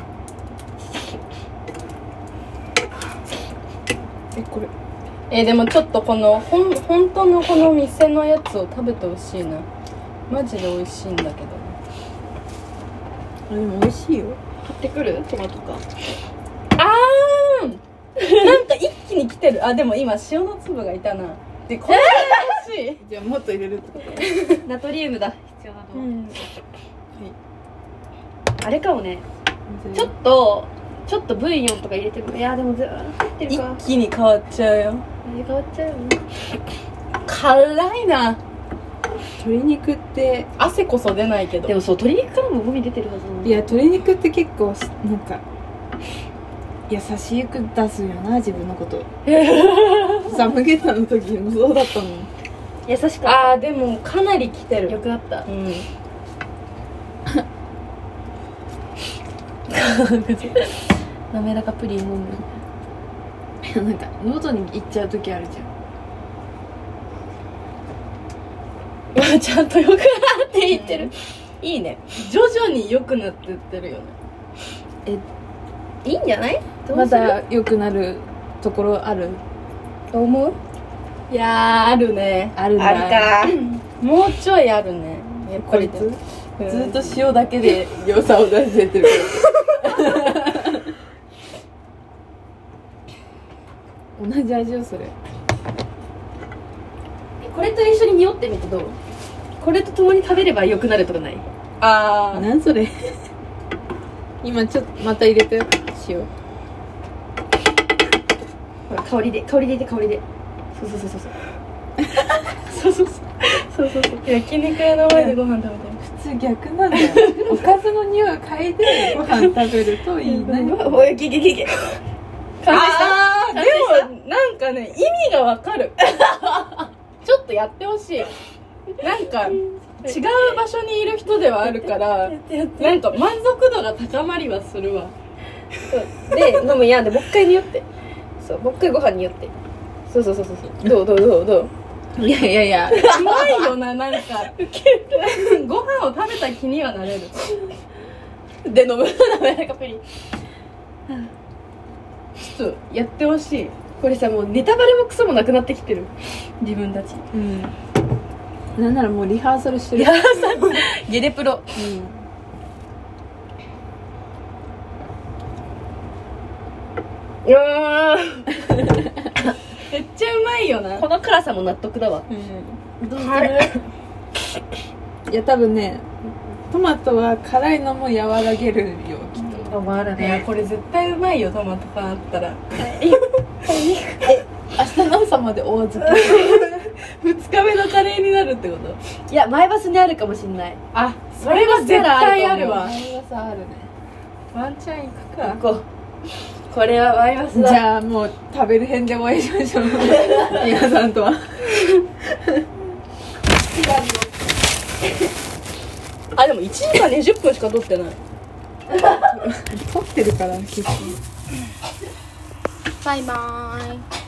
Speaker 4: えこれ
Speaker 1: えーでもちょっとこのほん本当のこの店のやつを食べてほしいなマジで美味しいんだけど
Speaker 4: あでも美味しいよ
Speaker 1: 買ってくるトマトかあー なんか一気に来てるあでも今塩の粒がいたなでこれが欲しい
Speaker 4: じゃあもっと入れるってこと
Speaker 7: ナトリウムだ必要なのは、
Speaker 1: うん
Speaker 7: あれかもねちょっとちょっとブイヨンとか入れてもいやでもずーっと入ってる
Speaker 1: 一
Speaker 7: か
Speaker 1: 気に変わっちゃうよ
Speaker 7: 味変わっちゃうよね
Speaker 1: 辛いな
Speaker 4: 鶏肉って
Speaker 1: 汗こそ出ないけど
Speaker 7: でもそう鶏肉からもゴミ出てるはず
Speaker 4: いや鶏肉って結構なんか優しく出すよな自分のこと サムゲタンの時もそうだったもん
Speaker 7: 優しく
Speaker 1: ああでもかなり来てる
Speaker 7: よくなっ
Speaker 1: う
Speaker 7: た
Speaker 1: ん
Speaker 7: 滑らかプリン飲んで
Speaker 4: なんか喉に行っちゃう時あるじゃ
Speaker 1: まあちゃんと良くなっていってる、いいね徐々に良くなってってるよね
Speaker 7: いいんじゃない
Speaker 4: んまだ良くなるところある
Speaker 7: と思う
Speaker 1: いやーあるね
Speaker 4: あるんだ
Speaker 7: あるか
Speaker 1: もうちょいあるねやっ
Speaker 4: こ
Speaker 1: ぱ
Speaker 4: い
Speaker 1: り
Speaker 4: つ
Speaker 1: で
Speaker 4: ず
Speaker 1: うん
Speaker 4: っと塩だけで良さを出してって るから同じ味をする
Speaker 7: これと一緒に匂ってみてどうこれと共に食べれば良くなるとかない
Speaker 1: あ
Speaker 4: なんそれ今ちょっとまた入れたよ塩
Speaker 7: ほら香りで香りでいて香りでそうそうそうそうそうそうそうそうそうそうそう
Speaker 1: あ焼肉屋の前でご飯食べてる
Speaker 4: 普通逆なん だよおかずの匂い嗅いでご飯食べるといいな
Speaker 7: うわおいけいけいけいけ
Speaker 1: ああでもなんかね意味がわかる ちょっとやってほしいなんか違う場所にいる人ではあるからなんか満足度が高まりはするわ
Speaker 7: で飲むやんでもう一回匂ってそうもう一回ご飯匂ってそうそうそうそうそうどうどうどうどう
Speaker 4: いやいやい や
Speaker 1: うまいよななんかご飯を食べた気にはなれる
Speaker 7: で飲む滑らかプリン
Speaker 1: ちょっとやってほしい
Speaker 7: これさもうネタバレもクソもなくなってきてる自分たち
Speaker 4: うんなんならもうリハーサルしてる
Speaker 7: ゲレプロうわー
Speaker 1: めっちゃうまいよな
Speaker 7: この辛さも納得だわ
Speaker 4: うんどうするいや多分ねトマトは辛いのも和らげるよきっと
Speaker 13: トマある
Speaker 2: いや
Speaker 13: ね
Speaker 2: これ絶対うまいよトマトパンあったら
Speaker 13: 明日の朝まで大漬 け
Speaker 2: 2日目のカレーになるってこと
Speaker 14: いや前バスにあるかもしんない
Speaker 2: あそれは絶対あるわ
Speaker 13: 毎朝あるね
Speaker 2: ワンチャン行くか
Speaker 14: こうこれは前バス
Speaker 1: じ
Speaker 14: だ
Speaker 1: ゃあもう食べる編でお会いし ましょう皆さんとは
Speaker 14: あでも1時間20分しか撮って ない
Speaker 1: 撮ってるから結構
Speaker 13: バイバーイ